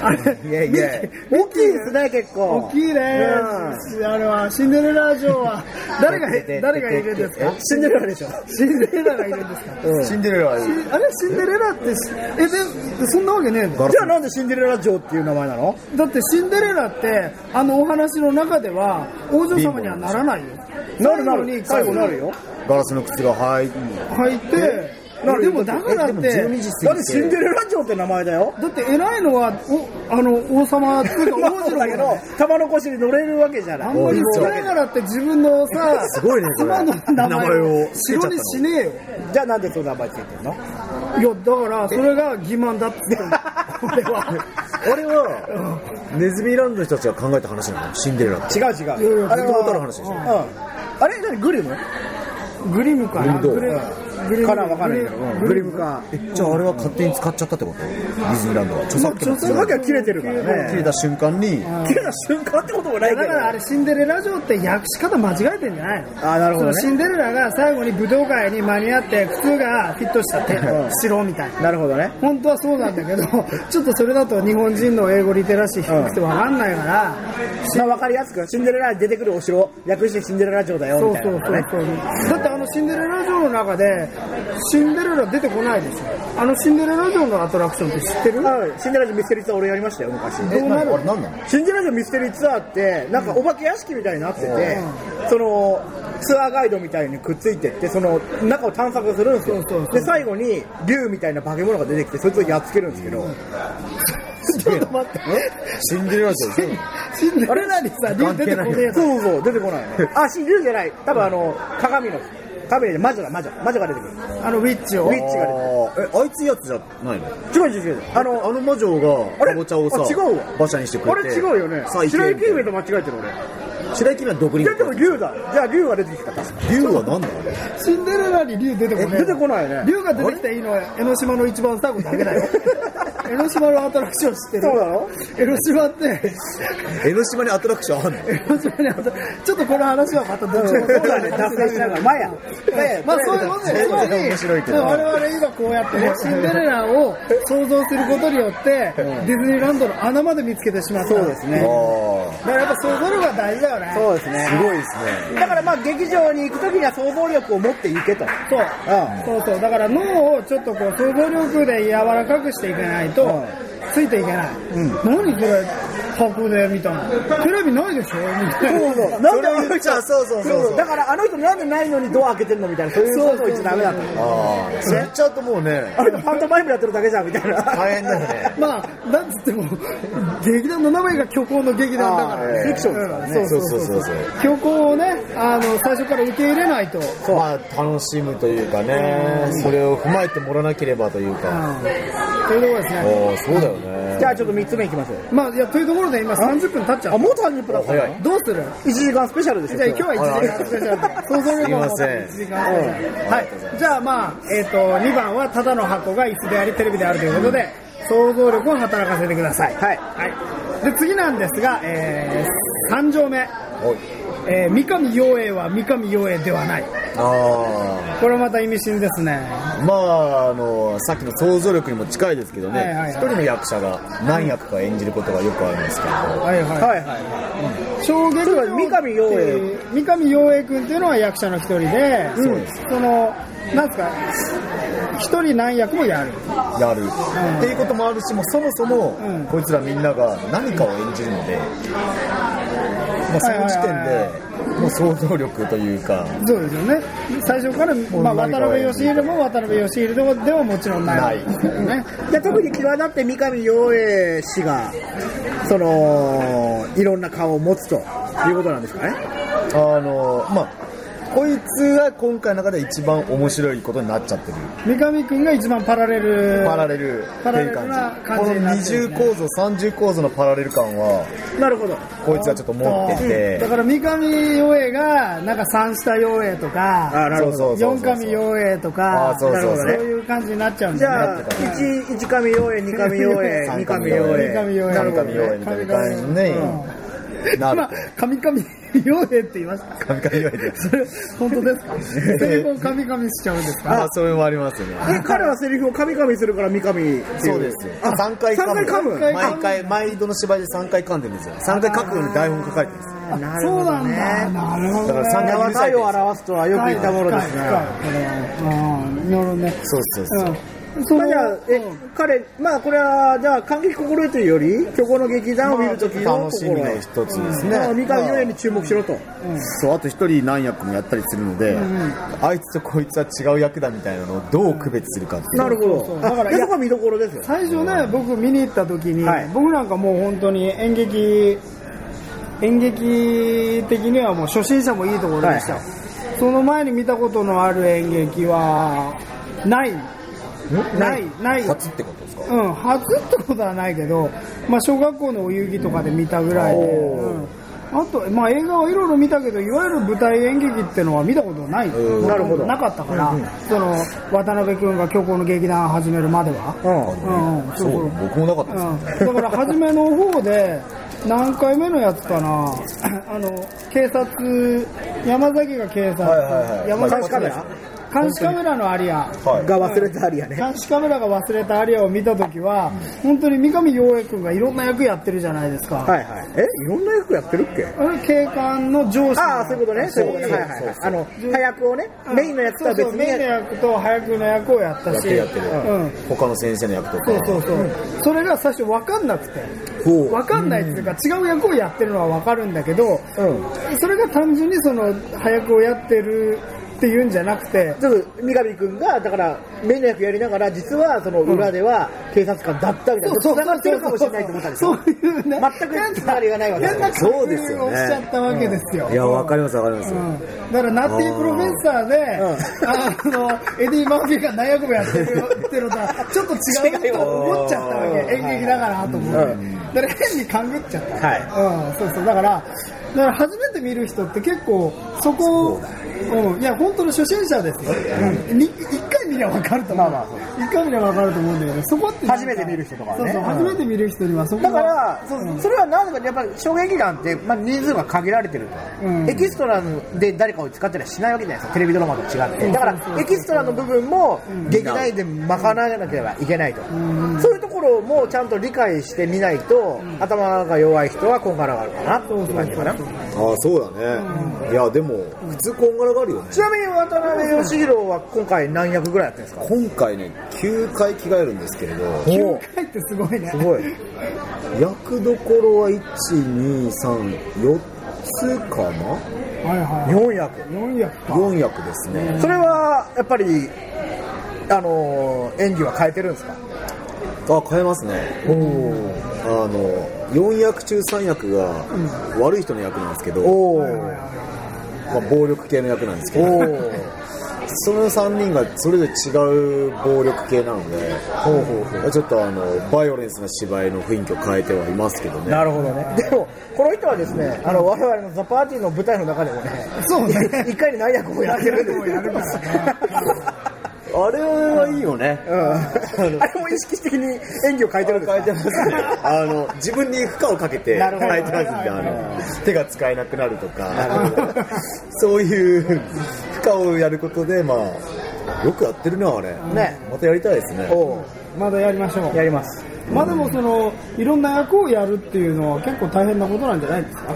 あれいやいや大きいですね、結構。大きいねあれはシンデレラ城は誰が誰がいるんですか死んでるでしょ。シンデレラがいるんですかシンデレラあれシンデレラってしえでそんなわけねえのガラじゃあなんでシンデレラ城っていう名前なのだってシンデレラってあのお話の中では王女様にはならないよなる最なる後に最後なるよガラスの靴が入って入ってでもだからっえでもて12だ時っ過てぎシンデてレラ城って名前だよ。だって偉いのはおあの王様っていうか王そ子うだだけけどど、 玉の腰に乗れるわけじゃあなんい。まり使いながらって自分のさ、すごいねこれ妻の名前名前をを城にしねえよ。じゃあなんでその名前ついてるいのや、だから、それが欺瞞だって言ってんの俺は。あれはネズミランドの人たちが考えた話なのシンデレラって違う違う。あれは元々の話でしょうんあれ何グリムグリムかなグリムどうグリムからわかんないけど、うんグリムか。じゃああれは勝手に使っちゃったってことディズニーランドは著まあ、作著権作だけは切れてるから切れね。た瞬間に切れた瞬間ってこともないだけかど。らあれシンデレラ城って訳し方間違えてんじゃないのあなるほどねそのシンデレラが最後に武道会に間に合って靴がフィットしちゃってうん城みたいななるほどね。本当はそうなんだけど ちょっとそれだと日本人の英語リテラシー低くてわかんないから、まあ、わかりやすく、シンデレラに出てくるお城、略してシンデレラ城だよ、そみうたいそなうのそうそう、ね。だってあのシンデレラ城の中でシンデレラ出てこないですよあのシンデレラ城のアトラクションって知ってるはいシンデレラ城ミステリーツアー俺やりましたよ、昔。どうなるあれ何なのシンデレラ城ミステリーツアーって、なんかお化け屋敷みたいになってて、その、ツアーガイドみたいにくっついてって、その、中を探索するんですよそうそう。そうで、最後に、竜みたいな化け物が出てきて、そいつをやっつけるんですけ ど、ちょっと待ってシンデレラ城全部シンデレラにさ出てこねえぞそうそう、出てこないね。あ、し、竜じゃない。多分あの、鏡の、鏡で魔女だ、魔女。魔女が出てくる。あのウィッチをウィッチがあーえあいつやつじゃないの違う違う違う。あの、あの魔女があれかぼちゃをさあ違うわ馬車にしてくれあてれ違うよね。さあ行け白み雪たい姫なと間違えてる俺。白雪姫は独い立やでも竜だ。じゃあ竜が出てきた。竜は何なのあれシンデレラに竜出てこねえ出てこないね。龍が出てきていいのは江ノ島の一番最後だけだ よ江ノ島のアトラクション知ってるそうなの江ノ島って江ノ島にアトラクションあんの江ノ島にアトちょっとこの話はまたどうしようそうだね。脱線しながら。まあいいや。まあいいや まあそういうことでつまり全然面白いけど我々今こうやってねシンデレラを想像することによってディズニーランドの穴まで見つけてしまったそうですねあだからやっぱ想像力が大事だよねそうですあね。すごいですねだからまあ劇場に行くときには想像力を持って行けと。そううんそうそうだから脳をちょっとこう総合力で柔らかくしていかないと、うんついていけない、何これ箱で見たのテレビないでしょみたいなそうそう。なんでそれを言っちゃうそうそうそうそうだからあの人なんでないのにドア開けてんのみたいな、そういうことを言っちゃダメだと。ああそれ言っちゃうともうねあれファントマイムやってるだけじゃんみたいな。大変だよねまあなんつっても劇団の名前が虚構の劇団だから、あーフィクションですからねそうそうそうそうそうそう虚構をねあの最初から受け入れないとまあ楽しむというかねそれを踏まえてもらわなければというかというところですあねあそうだよね じゃあちょっと3つ目いきましょう。まあいやというところで今30分経っちゃあ、うもう30分だったの早いどうする ?1 時間スペシャルでしょ。じゃあ今日は1時間スペシャル想像力を持すいまっせんて1時間スペシャルはいじゃあまあえっ、と2番はただの箱が椅子でありテレビであるということで想像力を働かせてくださいはいはい、で次なんですが、えー、3条目、おいえー、三上陽栄は三上陽栄ではないあこれはまた意味深ですねあまああのさっきの想像力にも近いですけどはいはいはねい一人の役者が何役か演じることがよくあるんですけどはいはいはいはい。衝撃そうだ三上陽栄三上陽栄君っていうのは役者の一人で、そうですそのなんですか一人何役もやるやる、っていうこともあるしもうそもそも、うんこいつらみんなが何かを演じるので、まあ、その時点はいはいでもう想像力というかそうですよね最初から、まあ、何渡かを辺やる義秀も渡辺義秀でもでももちろんないわけですけどねじゃあ特に際立って三上洋栄氏がそのいろんな顔を持つということなんですかねあのまあこいつは今回の中で一番面白いことになっちゃってる三上君が一番パラレルパラレルってパラレいうル感なじ感じになってるねこの二重構造三重構造のパラレル感はなるほどこいつはちょっと持っててだから三上陽栄がなんか三下陽栄とかあなるほどそうそう四そうそう上陽栄とかあそうそうそうなるほどねそういう感じになっちゃうんじだねゃあ一一上洋栄二上洋栄三 二上上陽洋栄栄三上陽栄三上陽栄みたいな感じにな今る「神々陽栄」って言いましたと神々陽栄でそれ本 当ですか成功神々しちゃうんですあかそれもありますよねえ彼はセリフを神々するから三上っていそうですよ。あ3回三回噛む毎回、毎度の芝居で3回噛んでるんですよ。3回書くように台本書かれてるんですよ。あなるそほうどなねんだなるほどだから三回許され体てるを表すとはよく言ったものですね深い深いうんなるほどねそうそうそう。うんそまあのじゃあえ彼まあこれはじゃあ感激心得というより虚構の劇団を見るときの楽しみ心の得一つですね。三上洋栄に注目しろとそう、あと一人何役もやったりするので、あいつとこいつは違う役だみたいなのをどう区別するかっていう。なるほそうそうどだからあでそこは見どころですよ最初ね僕見に行った時に、はい僕なんかもう本当に演劇演劇的にはもう初心者もいいところでした、はいその前に見たことのある演劇はないないない初ってことですかうん、初ってことはないけど、まあ、小学校のお遊戯とかで見たぐらいで、うんあと、まあ、映画はいろいろ見たけど、いわゆる舞台演劇ってのは見たことない、なるほどなかったから、その渡辺君が虚構の劇団を始めるまでは。うん、そうそう僕もなかったですうん、だから初めの方で何回目のやつかな あの警察山崎が警察、はいはいはい山監視カメラ監視カメラのアリアはいが忘れたありやね。監視カメラが忘れたアリアを見た時は本当に三上洋平君がいろんな役やってるじゃないですか、はいはい。え、いろんな役やってるっけあれ警官の上司ああ、そういうことね。そういうことね。はいはいはい。あの、早役をね、メインの役とは別そうそうにメインのね。役と早くの役をやったしやってるやってるうん、他の先生の役とそうそうかそう、それが最初分かんなくてほう分かんないっていうか、違う役をやってるのは分かるんだけど、それが単純にその早くをやってるっていうんじゃなくてちょっと三上君が、だから、メインの役やりながら、実はその裏では警察官だったみたいな、そうそう繋がってるかもしれないと思ったんですそうよ。いうね全くつながりがないわけだ変なそ工うです夫よをねしちゃったわけですよ、いやわかりますわかります、うんだからナッティプロフェッサーで、あのエディ・マーフィーが何役もやってるよ ってのとはちょっと違うと思っちゃったわけ演劇だからと思って、だから変に勘ぐっちゃった、うん、そうそうだからだから初めて見る人って結構そこをうん、いや本当の初心者ですよ、うん、に一回見りゃ分かると思う、一回見りゃ分かると思うんだよねそこってなん初めて見る人とかはそうねそう初めて見る人にはそこだかがら、そそれはなぜか、やっぱり衝撃団って、まあ、人数が限られてると、うんエキストラで誰かを使ったりはしないわけじゃないですか、テレビドラマと違って、だかそうそうらそうエキストラの部分も劇団員で賄わなければいけないと、そういうところもちゃんと理解してみないと、頭が弱い人はこんがらがるかなっていう感じかな。ああそうだね、いやでも普通こんがらがるよねちなみに渡辺義弘は今回何役ぐらいやってるんですか今回ね9回着替えるんですけれどお9回ってすごいねすごい役どころは1234つかなはいはい4役4役か4役ですねそれはやっぱりあのー演技は変えてるんですかあ変えますねあの4役中3役が悪い人の役なんですけど、おおまあ、暴力系の役なんですけおどおその3人がそれぞれ違う暴力系なのでちょっとあのバイオレンスな芝居の雰囲気を変えてはいますけどねなるほどね。でも、この人はですね、あの、我々のザ・パーティーの舞台の中でもね、そうね一回に何役もやってるんですよ。やるからあれはいいよねうん。あれも意識的に演技を変えてるんですか変えてますねあの自分に負荷をかけて変なるえほてどますんであの手が使えなくなるとかそういう負荷をやることでまあよくやってるなあれねまたやりたいですねおうまだやりましょうやります。まあでもそのいろんな役をやるっていうのは結構大変なことなんじゃないですか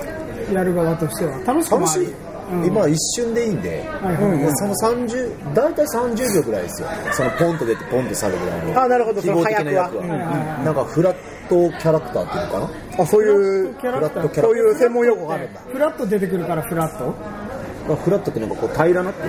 やる側としては楽しくも楽あしるい、今一瞬でいいんで、はいはいはいその30大体30秒ぐらいですよそのポンと出てポンと去るぐらいのあなるほど記号的な役そのは早はなんかフラットキャラクターっていうのかあ、そういう、キャなフララクタッートキャそうラいう専門用語があるんだ。フラッと出てくるからフラットまあフラットってなんかこう平 らなってね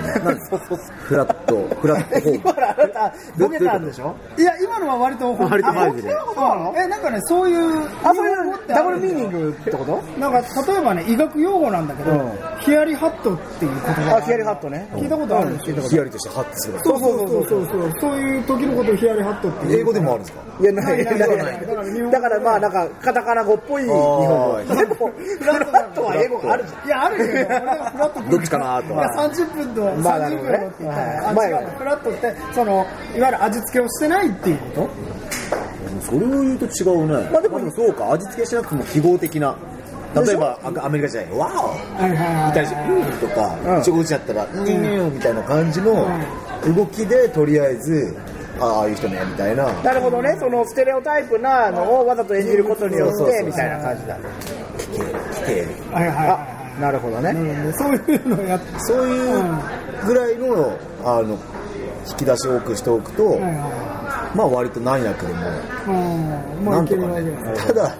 フラットフラットフォーム 今らあなた、ボケたんでしょいや今のは割と割とマジであそういうことなのえなんかねそういうあ、そういうダブルミーニグングってことなんか例えばね医学用語なんだけど、ヒヤリハットっていう言葉があ、ヒヤリハットね。聞いたことあるんですけどヒヤリとしてハッとするそうそうそうそうそうそういう時のことをヒヤリハットっていう英語でもあるんですかいや、ない、ないだかならいないだからまあ、なんか、カタカナ語っぽい日あ本語。ーでも、フラットは英語があるじゃん。いや、あるけど、俺がフラットどっちかなといや30分とまあなる30ほど分ねのって言ったら、はいあ違うフラットって、その、いわゆる味付けをしてないっていうこそれを言うと違うねまあでもそうか味付けしなくても記号的な例えばアアメリカじゃない「ワオ!」とはいはいみたいな「うん」とか「ちょこちゃったら「うん」みたいな感じの動きでとりあえずああああいう人ねみたいななるほどね、そのステレオタイプなのをわざと演じることによそっうそうそうて、そうみたいな感じだ。来てはいはいあは、なるほどいね。うん。そういうのをやって、そういうぐらいのあの引き出しを多くしておくとはいはまあ割と何役でもい。うん、もなうんいけとるかわけでねす。ただい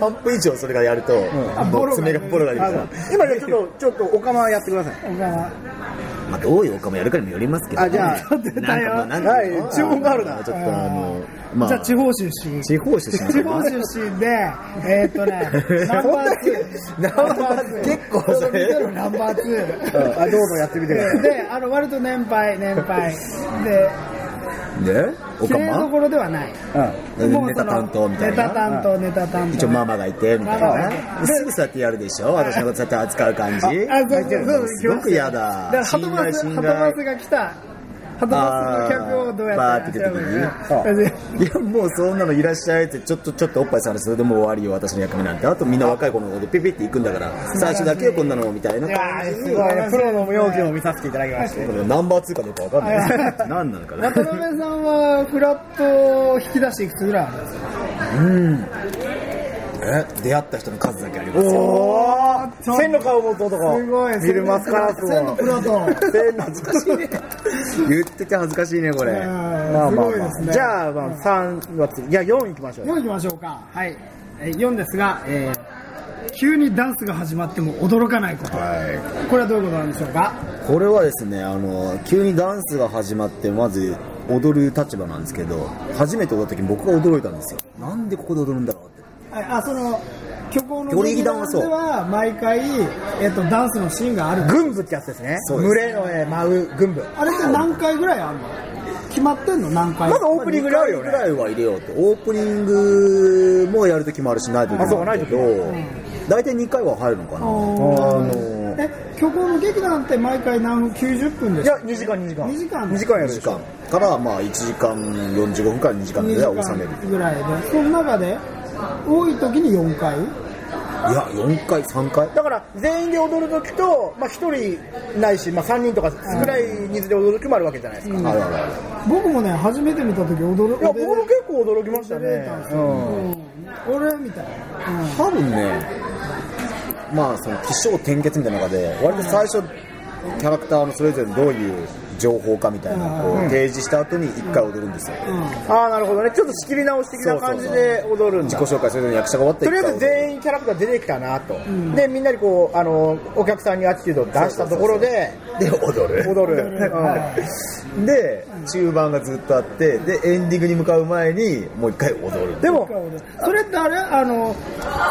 3分以上それがやるともう爪がボロが出てあくのる今ね、ちょっと、ちょっと、おかまやってください。だからまあ、どういうおかもやるかにもよりますけど、あじゃあ なんかまあ、なんかはい注文があるなちょっとあの、まあ、じゃあ、地方出身。地方出身地方出身で、えーっ とね、ナンバー2。ナンバー2。結構それちょうど見てるナンバー2。あ、どうぞやってみてください。で、あの割と年配、年配。で、でお綺か麗どまころではないうんもうネそタの担当みたいネタ担な当ネタ担当一応ママがいてみたいママがいなすぐそうやってやるでしょ私のことそうやって扱う感じあそうそうそうすごく嫌だだから、ハトバス、ハトバスが来た。ハトバスの客をどうあやってーバーって出てくるいやもうそんなのいらっしゃいってちょっとちょっとおっぱい触るそれでもう終わりよ私の役目なんてあとみんな若い子の方でピピって行くんだから最初だけよこんなのみたいないやー、すごい。プロの容器を見させていただきまして。ナンバー2かどうかわかんない 何なのかな渡辺さんは、フラットを引き出していくつぐらいあるんですかえ出会った人の数だけありますよおお千の顔元とかすごいフィルマスカラス千のプロと。千の懐かしいね言ってて恥ずかしいねこれうんすごいですね。じゃあ、まあ、3月いや4いきましょう4いきましょうか。はい。えー4ですが、えー急にダンスが始まっても驚かないこと。はいこれはどういうことなんでしょうかこれはですねあの急にダンスが始まってまず踊る立場なんですけど初めて踊った時に僕が驚いたんですよなんでここで踊るんだろうってあ、その、虚構のレギュラーででは、毎回、えっと、ダンスのシーンがある。軍部ってやつですねそうです群れの、えー舞う軍部あれって何回ぐらいあるの決まってんの何回まずオープニングであるよぐねらいは入れようとオープニングもやる時もあるしない時あそうもかなあいるけ時ども大体2回は入るのかなおあーのえ虚構の劇団って毎回何分90分でいすやか2時間2時間2時間2時間や2るで時しょ間からまあ1時間45分から2時間2ぐらいは収める時間ぐらいでその中で多い時に4回いや4回3回だから全員で踊る時と、まあ、1人ないし、まあ、3人とか少ない人数で踊る時もあるわけじゃないですか、あるあるある僕もね初めて見た時驚いや僕も結構驚きましたね驚いたんですよ、うん、俺みたいな、うん多分ねまあその起承転結みたいな中で割と最初キャラクターのそれぞれどういう情報かみたいなこう提示した後に1回踊るんですよああなるほどねちょっと仕切り直し的な感じで踊るん自だ己紹介それぞれの役者が終わってとりあえず員全員キャラクター出てきたなと、でみんなにこうあのお客さんにアティチュードを出したところでで踊る踊るで中盤がずっとあってでエンディングに向かう前にもう1回踊るでもそれってあれあの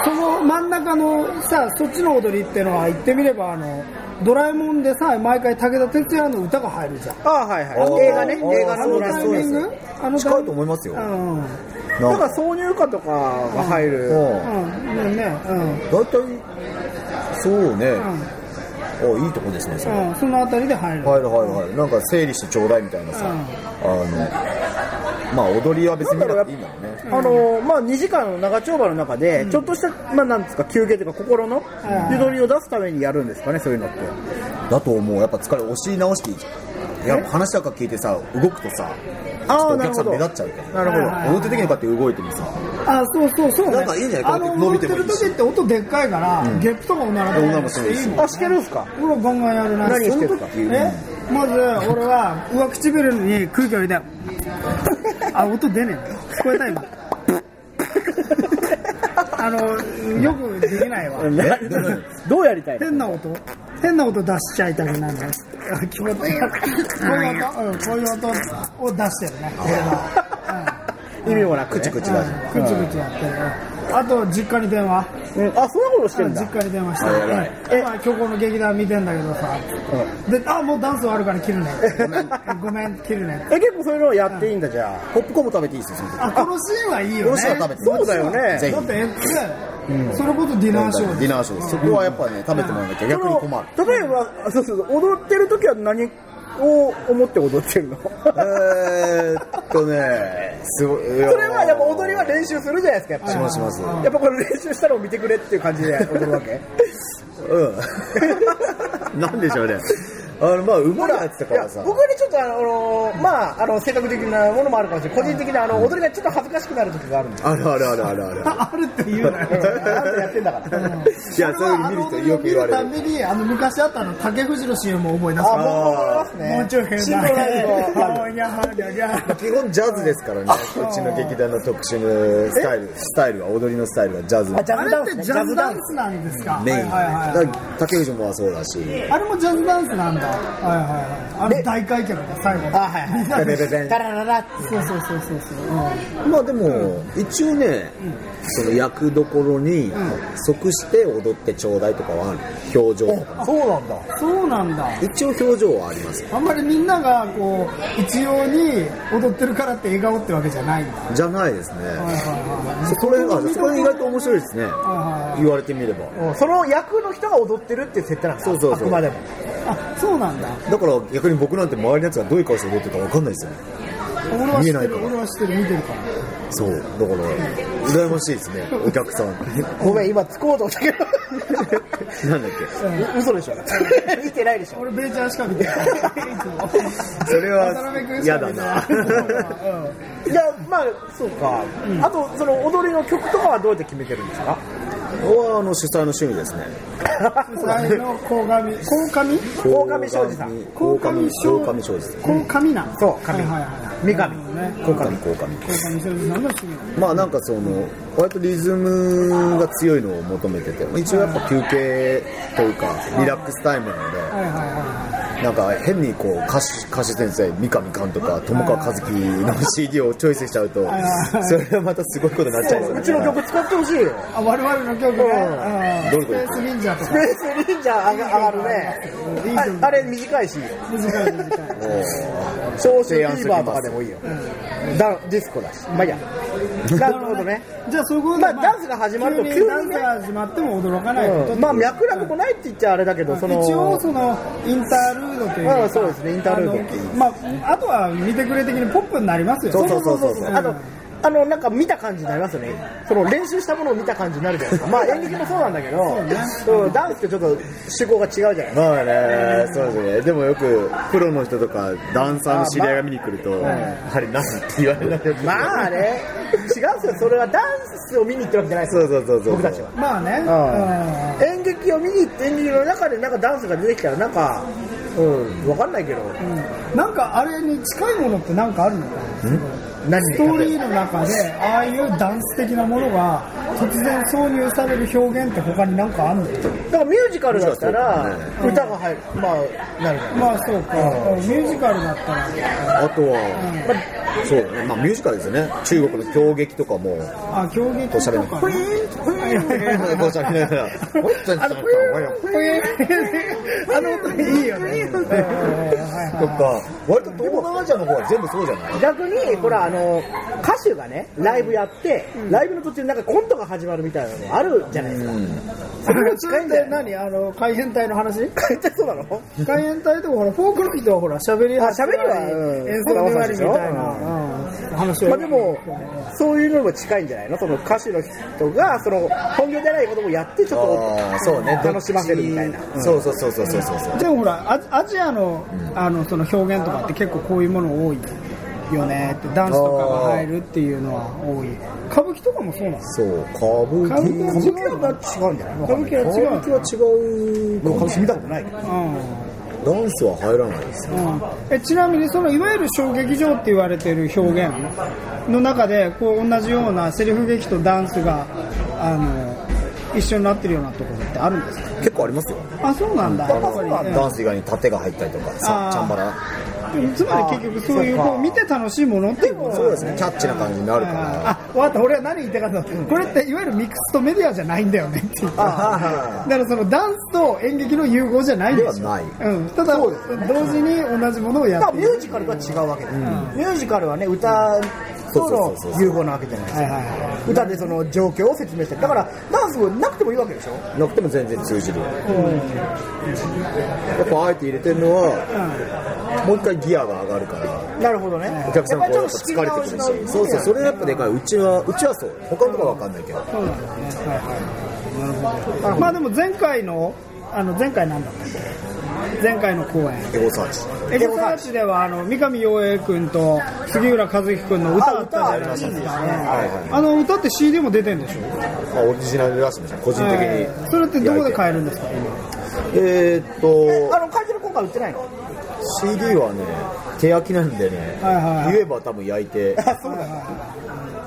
その真ん中のさそっちの踊りってのは言ってみればあのドラえもんでさ毎回武田鉄矢の歌が入るじゃんああはいあーはい映画ねあー映画あのそうのですタイそうミですングあの近いと思いますようんうんだかなんら挿入歌とかが入る、うんねうん大体そうねうんあいいとこですねそれうんそのあたりで入る入る入る入るなんか整理してちょうだいみたいなさ、うんあのまあ踊りは別に見なくていいんだろうねあのまあ、2時間の長丁場の中で、ちょっとした、まあ、なんですか休憩というか心のうんゆとりを出すためにやるんですかねそういうのってだと思うやっぱ疲れ押し直していいじゃんいや話とか聞いてさ動くとさちょっとお客さん目立っちゃうからなるほどはい踊ってる時にこうやって動いてもさあそうそうそう、ね、なんかいいんじゃないあの伸踊っびててもいいしる時って音でっかいから、ゲップとかおならと女かもそうしてでいすいよもんあしてるんすか俺はガンガンやるな何してるんすかえまず俺は上唇に空気を入れたよ あ音出ねえ聞こえた今あのよくできないわえでもどうやりたいの変な音変な音出しちゃいたくないんだよあ気持ちいいこういう音、うん、こういう音を出してるね俺は意味もなく、ね、口口うだんしうんぐちぐちやってるうんあと実家に電話うんあそんなことしてんだ実家に電話してあ偉いえ今虚構の劇団見てんだけどさであもうダンス終わるから切 るねごめん切るねえ結構そういうのやっていいんだじゃポップコーンも食べていいですよその時あこのシーンはいいよねこのシーンは食べてそうだよねぜだっひてえそれこそディナーショーディでナーショーですそこはやっぱね食べてもらわなきゃあ逆に困るその例えばそうそうそう踊ってる時は何を思って踊ってるのえーっとねすごいいやそれはやっぱ踊りは練習するじゃないですかやっぱしますしますやっぱこれ練習したのを見てくれっていう感じで踊るわ けうんなんでしょうね あのまあうまいやついだかやらさ僕にちょっとあの、まあ、あの性格的なものもあるかもしれない個人的なあの踊りがちょっと恥ずかしくなる時があるんですあるあるあるあるあるあるって言うなよあんたやってんだからいやそういうの見る人よく言われあるの見たびにあの昔あったの竹藤の CM を思い出すあもう思いますねもうちょい変心だ臓ライブのもうギャーギャーギャー基本ジャズですからねこっちの劇団の特殊のスタイルスタイルは踊りのスタイルはジャズあジャあズれダンっスてねジャズダンスなんですかメインはいはいはいだから竹内もそうだしあれもジャズダンスなんだだはいはいはいあの大開脚だ最後あはいはいみんなでベベベンタラララってそうそうそうそうそううんまあでも、一応ね、その役どころに即して踊ってちょうだいとかはある。表情とか。そうなんだそうなんだ一応表情はあります。あんまりみんながこう一様に踊ってるからって笑顔ってわけじゃないんだじゃないですね。はいはいはいそれが、それ意外と面白いですね。はい言われてみれば。うんその役の人が踊ってるっていう設定なんだそうそうそうあくまでもあそうなんだだから逆に僕なんて周りのやつがどういう顔して踊ってるかわかんないですよね。俺は見知っえなていかるら俺は知ってる見てるからそう。だから、羨ましいですね。お客さん。 ごめん今突っ込もうと思ったけどなんだっう嘘でしょ 見てないでしょ俺ベーちゃんし か見てないけ。それは渡辺君し嫌か見だてないな。いやまあそうか、あとその踊りの曲とかはどうやって決めてるんですかここはあの主催の趣味ですね。主催の鴻上鴻上鴻上庄司さん鴻上庄鴻上庄司です。鴻上なんそう上はいはいはい三上なるほどね鴻上鴻上。鴻上庄司さんが好きなのまあなんかその割とリズムが強いのを求めてて一応やっぱ休憩というかリラックスタイムなのではいはいはなんか変にこう歌手歌手先生三上寛とか友川一樹の CD をチョイスしちゃうとそれはまたすごいことになっちゃいそううちの曲使ってほしいよいあ我々の曲ねどううんいスうペこース忍者とかベース忍者上が上がるねああれ短いし短い短い少子フィーバーとかでもいいよ、ダンディスコだしまあいいやなるほどねじゃあそういうことまであダンスが始まると急急にねにダンスが始まっても驚かないことうんまあ脈絡もないって言っちゃあれだけどその一応そのインタールードといううかんそうですねインタールードっていうあのまああとは見てくれ的にポップになりますよねそうそうそうそうそうあのあのなんか見た感じになりますよね、その練習したものを見た感じになるじゃないですか、まあ演劇もそうなんだけど、うんダンスってちょっと趣向が違うじゃないですか、まあねそうですねでもよくプロの人とかダンサーの知り合いが見に来るとあれ何って言われなくてまあね、違うんですよ、それはダンスを見に行ってるわけじゃないですそよ、うそうそうそう僕たちは。まあねうん演劇を見に行って、演劇の中でなんかダンスが出てきたら、なんか、うん、わかんないけど、うんなんかあれに近いものってなんかあるのかな何ストーリーの中でああいうダンス的なものが突然挿入される表現って他になんかあるのだからミュージカルだったら、うん歌が入る、まあ、なるじゃないまあそうかミュージカルだったらあとはそうだねまあミュージカルですよね中国の狂劇と かもあ競技とおしゃれなかねこうしゃべりながらあの、あのいいよねとか、割と東南アジアの方は全部そうじゃない逆に、ほら、あの、歌手がね、ライブやって、ライブの途中になんかコントが始まるみたいなのあるじゃないですか。それそれって何あの海変態の話絶対 そうなの海変態とかほらフォークの人はほら喋りあは喋りはうん演奏で割りみたいなうん話をまあでも、そういうのも近いんじゃないのその歌手の人が、その、本業じゃないこともやって、ちょっと、楽しませるみたいな。そうそうそうそうそうそうそうでもほらアアジアのあのその表現とかって結構こういうもの多いよねってダンスとかが入るっていうのは多い歌舞伎とかもそうなのそう歌舞伎歌舞伎はま違うんじゃない歌舞伎は違う歌舞伎は違うかな見たことないけど。ダンスは入らないですうんうん、えちなみにそのいわゆる小劇場って言われてる表現の中でこう同じようなセリフ劇とダンスがあの一緒になってるようなところってあるんですか結構ありますよあそうなんだやっぱりダンス以外に盾が入ったりとかあさーチャンバラうんつまり結局そういうこう見て楽しいものっていうことそうですねキャッチな感じになるからあ分かった俺は何言いたかったこれっていわゆるミックスとメディアじゃないんだよねっていうだからそのダンスと演劇の融合じゃないんですではないうん、ただ、同時に同じものをやまあっていミるュージカルとは違うわけだよミュージカルはね、歌との融合なわけじゃないですはいか。はいは歌でその状況を説明してるだからダンスもなくてもいいわけでしょなくても全然通じるやっぱあえて入れてるのはもう一回ギアが上がるからなるほどねお客さんこうやっぱ疲れてくるしそうそうそれややっっぱぱでかいうちはうちはそう他のとこは分かんないけどそうなんですねはいはいなるほどまあでも前回のあの前回なんだったっけ前回の公演エゴサーチエゴサーチではあの三上洋平君と杉浦和樹君の歌あったじゃないですあ歌あかりましたねはいはいあの歌って CD も出てんでしょまあ、オリジナルらしいんですよ個人的に、えーそれってどこで買えるんですかえーっとあの会場の今回売ってないの CD はね手焼きなんでね、はいはいはい言えば多分焼 いてそうだな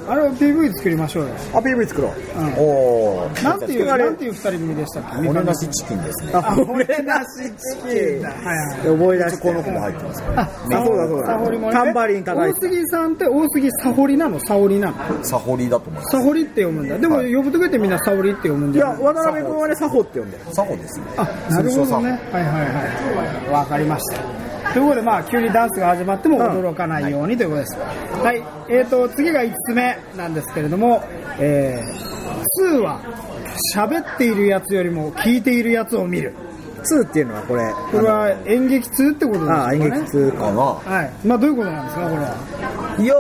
あれは PV 作りましょうよ。あ PV 作ろうおおなんていう、あれなんていう二人組でしたっけ骨なしチキンですねあ、骨な しチキンだ。はいはい。覚え出してこの子も入ってますねあ、あそうだそうだサホリもね。タンバリン叩い大て杉さんって大杉サホリなのサオリなのサホリだと思いますサホリって読むんだ。でも呼ぶときってみんなサオリって読むんいじやゃない渡辺君はね作法って呼んでるサホですねあ、なるほ通称サどホね。はいはいはい。わかりました。ということで、まあ、急にダンスが始まっても驚かないようにということです。はい。えーと、次が5つ目なんですけれども、えー、2は、喋っているやつよりも聞いているやつを見る。 2っていうのはこれこれは演劇通ってことですあかあね演劇通かなはいまあどういうことなんですかこれはいや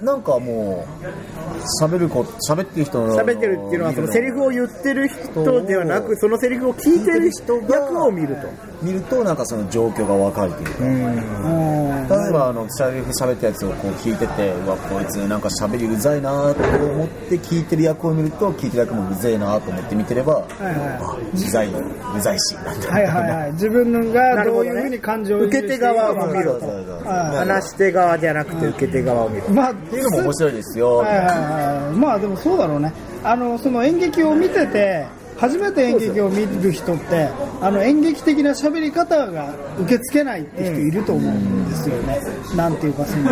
ーなんかもう喋るこ喋ってる人の喋ってるっていうのはそのセリフを言ってる人ではなくそのセリフを聞いてる人役を見ると見るとなんかその状況がわかるというかおー例えばあのセリフ喋ったやつをこう聞いててうわこいつなんか喋りうざいなと思って聞いてる役を見ると聞いてる役もうぜえなと思って見てればはいはあうざいのうざいしなんていはいはいはい自分がなるどほうどいねうふうに感情を受け手側もを見ろとは話し手側じゃなくて受け手側を見るいまあっっていうのも面白いですよ、はいはいはいまあでもそうだろうねあのその演劇を見てて初めて演劇を見る人ってあの演劇的な喋り方が受け付けないって人いると思うんですよね、なんていうかその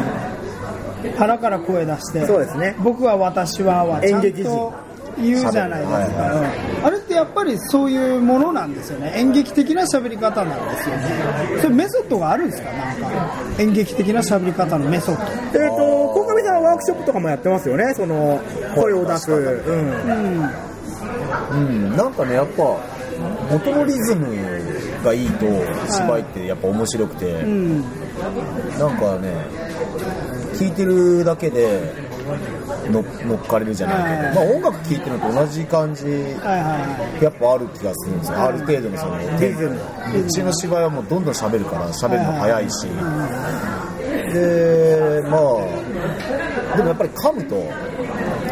腹から声出してそうですね僕は私ははちゃん演劇人と言うじゃないですか、うんあれってやっぱりそういうものなんですよね演劇的な喋り方なんですよねそれメソッドがあるんですかなんか演劇的な喋り方のメソッドえっと鴻上さんはワークショップとかもやってますよねその声を出すうんうん、なんかねやっぱ音のリズムがいいと芝居ってやっぱ面白くて、うんなんかね聴いてるだけでの乗っかれるじゃないけど、はまあ、音楽聴いてるのと同じ感じはいはいはいやっぱある気がするんですよ、ある程度のそのリズムうちの芝居はもうどんどん喋るから喋るの早いし、でまあでもやっぱり噛むと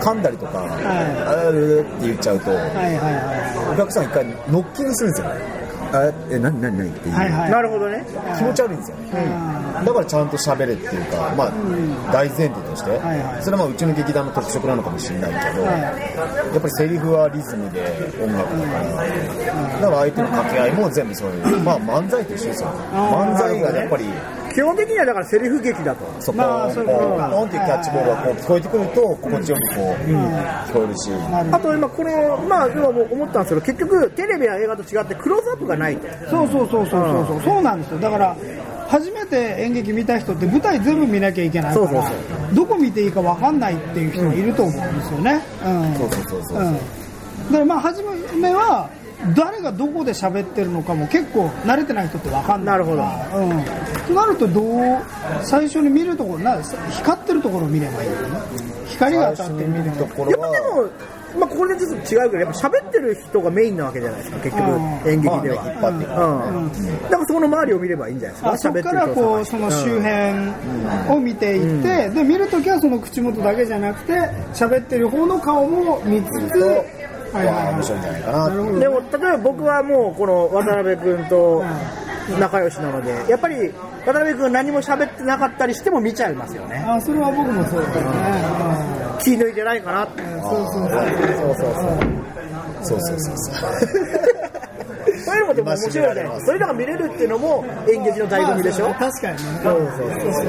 噛んだりとか「ある」って言っちゃうと。はいはいはお客さん一回ノッキングするんですよねあえ何何何っていう、はいはいなるほどね気持ち悪いんですよねい。あだからちゃんと喋れっていうか、まあ、大前提として、はいはいそれはまあうちの劇団の特色なのかもしれないけど、はやっぱりセリフはリズムで音楽だから、だから相手の掛け合いも全部そういう、まあ、漫才と一緒ですよねあー漫才がやっぱり基本的にはだからセリフ劇だとそこまあをそういうポことンかポンっていうキャッチボールがこう聞こえてくると心地よくこう、聞こえるし、ーなるあほと今このまあ今もう思ったんですけど結局テレビや映画と違ってクローズアップがないとどそうそうそうそうそうそうそうなんですよだから初めて演劇見た人って舞台全部見なきゃいけないからそうそうどこ見ていいか分かんないっていう人もいると思うんですよね、うんそうそうそうそううん、だからまあ初めは誰がどこで喋ってるのかも結構慣れてない人って分かんなないるほどど、うん、となるとどう最初に見るところな光ってるところを見ればいいよね光が当たって見るととやころっぱではもまあこれでちょっと違うけどやっぱ喋ってる人がメインなわけじゃないですか結局うん演劇でまあねは引っ張っていくからねうんだからそこの周りを見ればいいんじゃないであすかそ喋ってこるから人を探こうしそての周辺を見ていって、で見るときはその口元だけじゃなくて喋ってる方の顔も見つつ、はいはいわあ面白いんじゃないかなってなるほどねでも例えば僕はもうこの渡辺君と仲良しなのでやっぱり渡辺君が何も喋ってなかったりしても見ちゃいますよねあそれは僕もそうですね、気抜いてないかなってうんそうそうそそうそうそうそうそううそうそうそういうのもでも面白いじゃないですかそれだから見れるっていうのも演劇の醍醐味でしょまあそう確かにねだ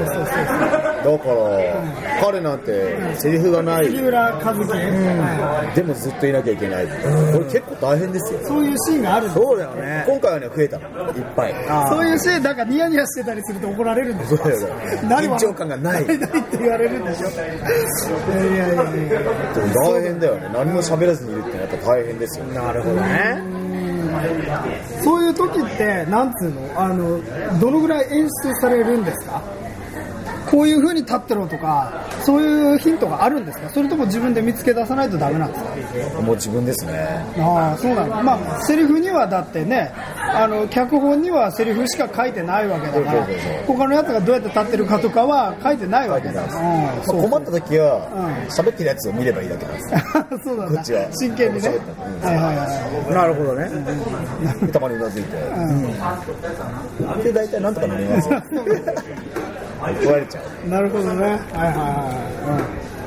から彼なんてセリフがない杉浦和樹、はいでもずっといなきゃいけないこれ結構大変ですよそういうシーンがあるんですそうだよね今回はね増えたのいっぱいそういうシーンなんかニヤニヤしてたりすると怒られるんですよ そうだよね何緊張感がないないって言われるんでしょいやいやいやいや大変だよね何も喋らずにいるってのはやっぱ大変ですよねなるほどねそういう時って、なんつうの、あの、どのぐらい演出されるんですかこういう風に立ってろとかそういうヒントがあるんですかそれとも自分で見つけ出さないとダメなんですかもう自分ですねああそうなんだまあセリフにはだってねあの脚本にはセリフしか書いてないわけだからそうそうそう他のやつがどうやって立ってるかとかは書いてないわけだからまあ困った時うはん喋ってるやつを見ればいいだけなんですそうなんだこっちは真剣にねこっちは喋ったうんはいはいはなるほどね。たまにうなずいて、うん、で大体なんとかなります よ怒られちゃういなるほどねはいはいは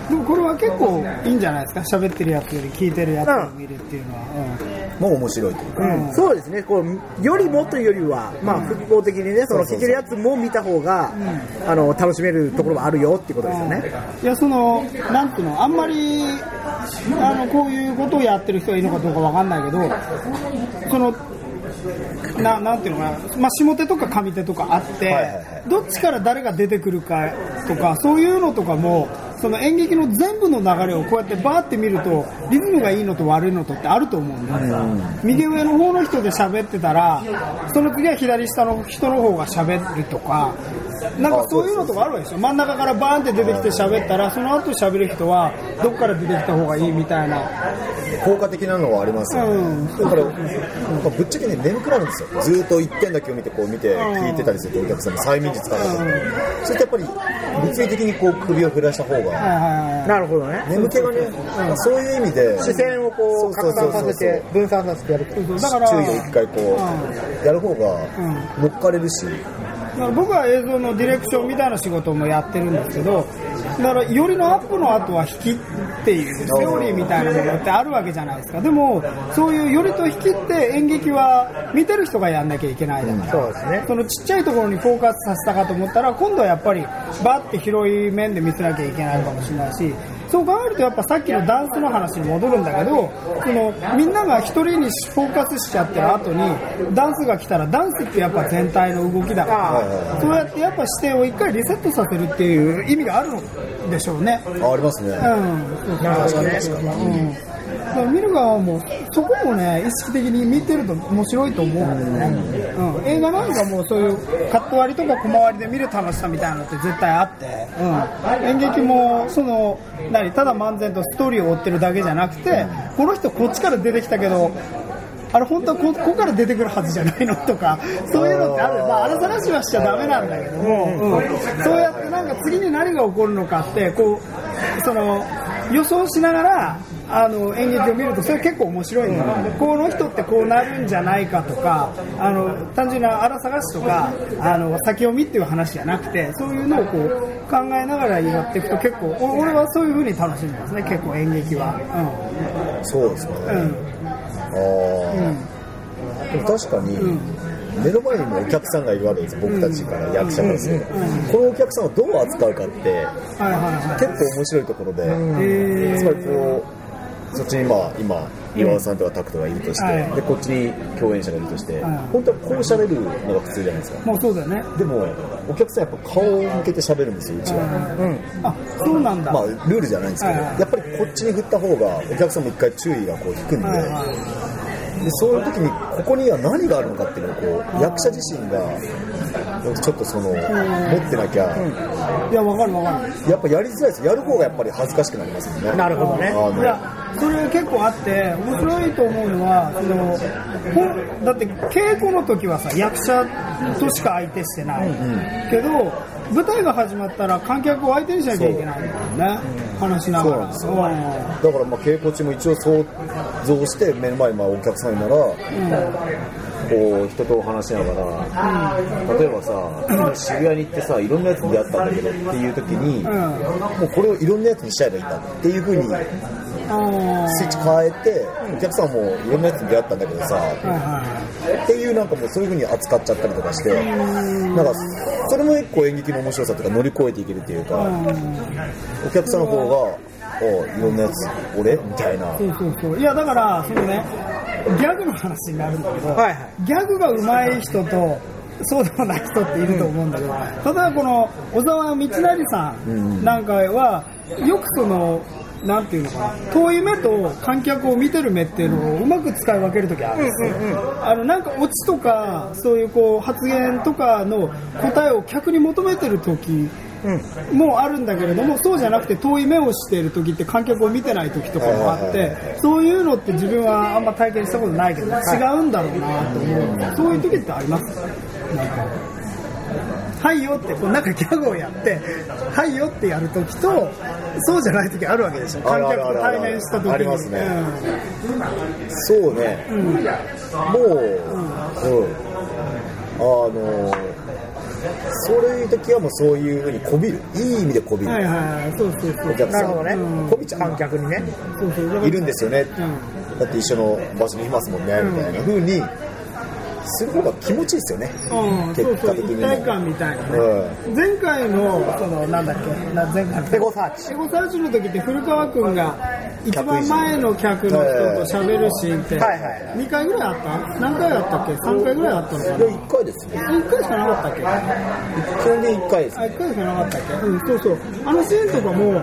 い、うん、でもこれは結構いいんじゃないですか喋ってるやつより聞いてるやつを見るっていうのは、うんもう面白いというかうんそうですね、こうよりもというよりは、まあ、複合的にね、その聞いてるやつも見た方が、あの楽しめるところはあるよっていうことですよね。いやそのなんていうのあんまりあのこういうことをやってる人がいるのかどうかわかんないけどそのななんていうのかな、まあ、下手とか上手とかあって、はいはいはどっちから誰が出てくるかとかそういうのとかもその演劇の全部の流れをこうやってバーって見るとリズムがいいのと悪いのとってあると思うんで、右上の方の人で喋ってたらその次は左下の人の方が喋るとかなんかそういうのとかあるわけでしょ真ん中からバーンって出てきて喋ったらその後喋る人はどっから出てきた方がいいみたいな効果的なのはありますよね、うんだからなんかぶっちゃけね眠くなるんですよずーっと一点だけを見てこう見て聞いてたりするとお客さんも催眠術かかっててそれってやっぱり物理的にこう首を振らした方はいがはいはいなるほどね。眠気がね、まあそういう意味で視線をこうそ拡うそうそう散させて、分散させてやると。そうそうだから注意を一回こうやる方が乗っかれるし、まあ僕は映像のディレクションみたいな仕事もやってるんですけどだからよりのアップの後は引きっていうセオリーみたいなものってあるわけじゃないですかでもそういうよりと引きって演劇は見てる人がやんなきゃいけないだから、そうですね。そのちっちゃいところにフォーカスさせたかと思ったら今度はやっぱりバッて広い面で見せなきゃいけないかもしれないしそう考えるとやっぱさっきのダンスの話に戻るんだけどそのみんなが一人にフォーカスしちゃってる後にダンスが来たらダンスってやっぱ全体の動きだからそうやってやっぱ視点を一回リセットさせるっていう意味があるんでしょうね。あありますねうん、なるほどね。うんだから見る側もそこもね意識的に見てると面白いと思うんですね、うん、映画なんかもうそういうカット割りとか小回りで見る楽しさみたいなのって絶対あって、うん、演劇もその何ただ漫然とストーリーを追ってるだけじゃなくてこの人こっちから出てきたけどあれ本当はこここから出てくるはずじゃないのとかそういうのってある、まあ、あれさらしはしちゃダメなんだけども、うんそうやってなんか次に何が起こるのかってこうその予想しながらあの演劇を見るとそれ結構面白いんだな、でこの人ってこうなるんじゃないかとかあの単純なあら探しとかあの先を見っていう話じゃなくてそういうのをこう考えながらやっていくと結構お俺はそういう風に楽しんでますね結構演劇は。そうですかね、うんうんああ、でも確かに、目の前にもお客さんがいるわけですよ僕たちから役者からすると、このお客さんをどう扱うかってはいはいはい結構面白いところで、へーつまりこうそっちに今今岩尾さんとかタクトがいるとして、はいでこっちに共演者がいるとして、はい本当はこう喋るのが普通じゃないですかもうそうだよね。でもお客さんやっぱ顔を向けて喋るんですようちは、あ、そうなんだ。まあ、ルールじゃないんですけど、はいはいやっぱりこっちに振った方がお客さんも一回注意がこう引くんで,、はいはいでそういう時にここには何があるのかっていうのをこう役者自身がちょっとその持ってなきゃ、いや、わかるわかる。やっぱやりづらいですやる方がやっぱり恥ずかしくなりますもんねなるほどねあのいや、それ結構あって、面白いと思うのは、その、ほんだって稽古の時はさ、役者としか相手してない。けど、舞台が始まったら観客を相手にしなきゃいけないんだよね。話しなそうがなんら。ですよだからまあ稽古中も一応想像して目の前にまあお客さんいるなら、こう人と話しながら、例えばさ渋谷に行ってさいろんなやつに出会ったんだけどっていう時に、もうこれをいろんなやつにしちゃえばいいんだっていうふうにうんあスイッチ変えて、お客さんもいろんなやつに出会ったんだけどさ、ーはいはいっていうなんかもうそういう風に扱っちゃったりとかしてなんかそれも一個演劇の面白さとか乗り越えていけるっていうかお客さんの方が「おいろんなやつ俺?」みたいなそうそうそういやだからそのねギャグの話になるんだけど、はいはギャグが上手い人とそうでもない人っていると思うんだけど、例えばこの小沢道成さんなんかは、よくそのなんていうのかな遠い目と観客を見てる目っていうのをうまく使い分けるときあるんですよ、あのなんかオチとかそういうこう発言とかの答えを客に求めてる時もあるんだけれども、そうじゃなくて遠い目をしている時って観客を見てない時とかもあって、そういうのって自分はあんま体験したことないけど、違うんだろうなと思う。そういう時ってありますなんかはいよってこうなんかギャグをやってはいよってやるときとそうじゃないときあるわけでしょあ観るあ客るあとる対面したときにありますねうんそうね、もう、うんあのそういう時はもうそういうふうにこびるいい意味でこびる、はいはいはいそうそうそうお客なさるんほどねうんこびちゃう観客にねそうそうだからいるんですよね、うだって一緒の場所にいますもんね、みたいな風にする方が気持ちいいですよね、うん、そう結そ果う的一に体も感みたいなね、う前回のそのなんだっけな前回のエゴサーチエゴサーチの時って古川君が一番前の客の人と喋るシーンってはいはいは2回ぐらいあった何回だったっけ3回ぐらいあったのかいや1回ですねな1回しかなかったっけ基本的に1回ですあ、1回しかなかったっけうん、そうそう。あのシーンとかも、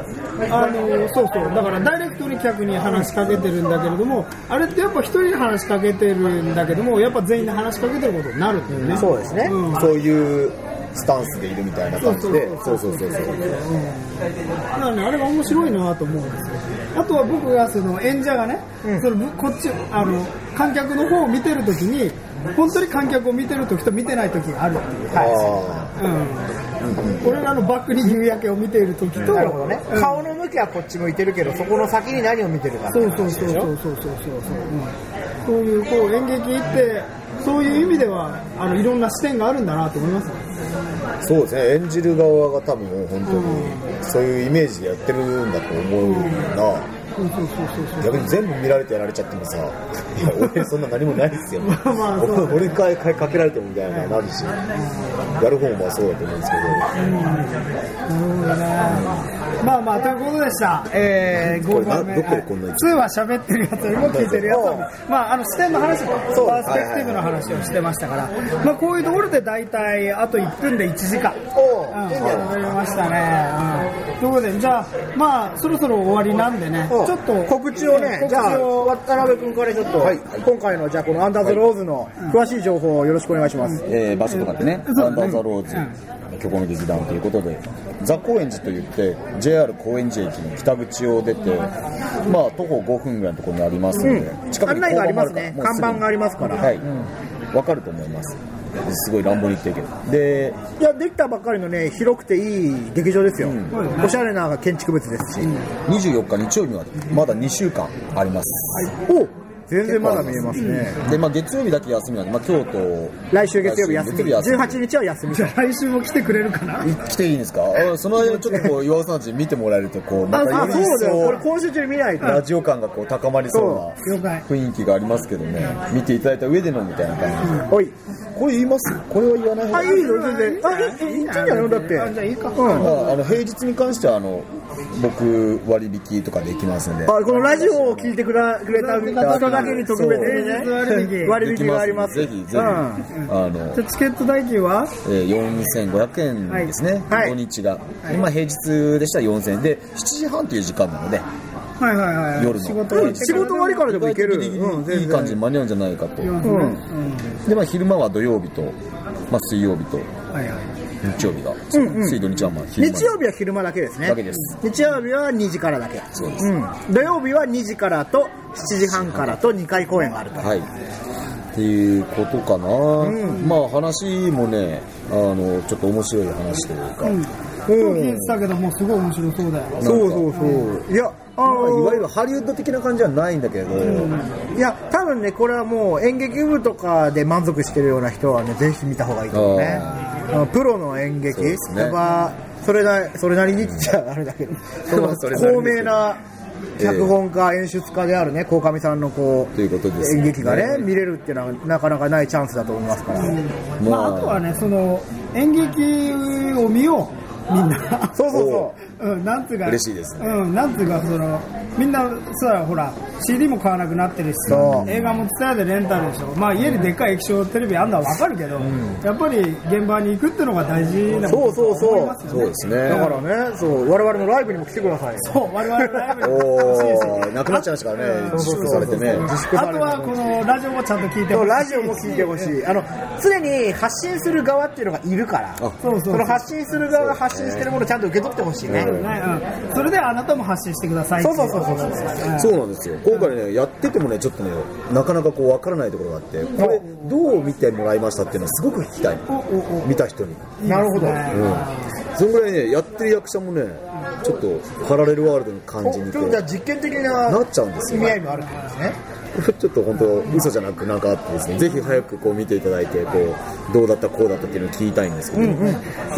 あの、そうそう。だからダイレクトに客に話しかけてるんだけれども、あれってやっぱ一人で話しかけてるんだけども、やっぱ全員で話しかけてることになるんだよね。そうですねうん。そういうスタンスでいるみたいな感じでそうそうそうそうだからね、あれが面白いなと思うんですよ。あとは僕がその演者がね、そのぶこっち、あの、観客の方を見てるときに、本当に観客を見てるときと見てないときがあるっていう。あうん。俺らのバックに夕焼けを見ているときと、なるほどねうん顔の向きはこっち向いてるけどそこの先に何を見てるかそうそうそうそうそうそうそう、うん、そういうこう演劇ってそういう意味ではあのいろんな視点があるんだなと思いますねあそうですね演じる側が多分本当にそういうイメージでやってるんだと思うなそうそうそうそうそう逆に全部見られてやられちゃってもさいや 俺そんな何もないっすよまあまあそう俺一回かけられてもみたいななるしやる方もまあそうだと思うんですけまあまあということでした、えー、これ5番な目どこでこんなに2は喋ってるやつよりも聞いてるやつよりもまああの視点の話そうパースペクティブの話をしてましたから、まあ、こういうところで大体あと1分で1時間おうん、ーいいんじゃないわかりましたね。うん、ということで、じゃあ、まあ、そろそろ終わりなんでね、ちおょっと告知をね、じゃあ、渡辺君からちょっと、今回の、じゃあ、このアンダーズローズの詳しい情報をよろしくお願いします。えー場所とかってね、そうアンダーザローズ、虚構の劇団ということで、ザ・高円寺といって、JR 高円寺駅の北口を出て、まあ、徒歩5分ぐらいのところにありますので、近く案に内があります交ね番。も看るから板がありますから。はい、わかると思います。すごい乱暴に言ってるけど。で、いや、できたばっかりのね、広くていい劇場ですよ。おしゃれな建築物ですし。 24日日曜日まで、まだ2週間あります。お全然まだ見えますね。で、まあ、月曜日だけ休みなんで、まあ、京都、来週月曜日休み。来週月曜日18日は休 み。じゃあ来週も来てくれるかなみ来ていいんですかあその間、ちょっとこう、岩尾さんたちに見てもらえると、こう、まあ、たよそうりだ一よ。これ層、今週中に見ないと。ラジオ感がこう高まりそうな。了解。雰囲気がありますけどね、見ていただいた上でのみたいな感じで、おい。これ言いますこれは言わない方あ、がいいいい、よ、全然。あ、いいいいんじゃないのだって。あじゃあいいかうん。まあ、あの平日に関してはあの僕割引とかできますんであこのラジオを聞いてくらくれた人だけに特別にそう平日割ね引割引がありますできますんでぜひぜひ、うんあのじゃあチケット代金はえー4500円ですね、はいはい土日が、今平日でしたら4000円で7時半という時間なのではいはいはい。夜の仕事終わってうん仕事終わりからでもいける意外とギリギうん全リ然いい感じに間に合うんじゃないかと、行きますね。うん。でまあ、昼間は土曜日と、まあ、水曜日とはいはい。日曜日が、水土日はまあ昼間日曜日は昼間だけですねだけです日曜日は2時からだけそうですうん、土曜日は2時からと7時半からと2回公演があるとはい。っていうことかな、まあ話もね、あの、ちょっと面白い話というか、今日聞いてたけど、もうすごい面白そうだよ。そうそうそういやあど、まあいわゆるのハリウッド的な感じはないんだけど、いや多分ねこれはもう演劇部とかで満足してるような人はねぜひ見た方がいいと思うねあのプロの演劇、ですねやっぱそれなそれなりにっちゃあれだけど、 まあそれなり高です名な脚本家、演出家であるね鴻上さんのこうということですね演劇がね見れるっていうのはなかなかないチャンスだと思いますから、まあ、あとはね、その、演劇を見よう。みんな。そうそうそううん、なんつうか、嬉しいですねうん、なんつうか、その、みんな、そうだ、ほら、CD も買わなくなってるしそ、う映画も伝えでレンタルでしょ。まあ、家にでっかい液晶テレビあんのはわかるけど、やっぱり現場に行くってのが大事なそこうとそうだとそう思いますよね。すだからね、そう、我々のライブにも来てください。そう、我々のライブにも来てほしいしおおなくなっちゃいましたからねそう自そう粛そさうれてね自粛さあれてとは、このラジオもちゃんと聞いてそほうしい。ラジオも聞いてほしい。あの、常に発信する側っていうのがいるから、そそうそうそうの発信する側が発信してるものをちゃんと受け取ってほしいね。ねうんそれであなたも発信してくださいってそいうそうそうそうそう。そうなんですよ今回ねやっててもねちょっとねなかなかこう分からないところがあってこれどう見てもらいましたっていうのはすごく聞きたい見た人になるほど。そのぐらいねやってる役者もねちょっとパラレルワールドの感おじにちこょっとうじゃあ実験的ななっちゃうんです意よ 味合いもあるってことですね。ちょっと本当嘘じゃなくなんかあってですねぜひ早くこう見ていただいてこうどうだったこうだったっていうのを聞きたいんですけど、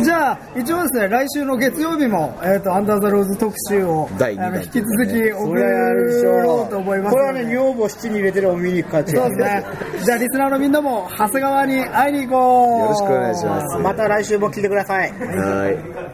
じゃあ、一応ですね、来週の月曜日も、えっ、と、アンダーザローズ特集を、第二弾あの引き続き送これやるでしろょうと思います。これはね、女房七に入れてるお見に行く価値そうですね。 じゃあ、リスナーのみんなも、長谷川に会いに行こう。よろしくお願いしますまた来週も聞いてください。はい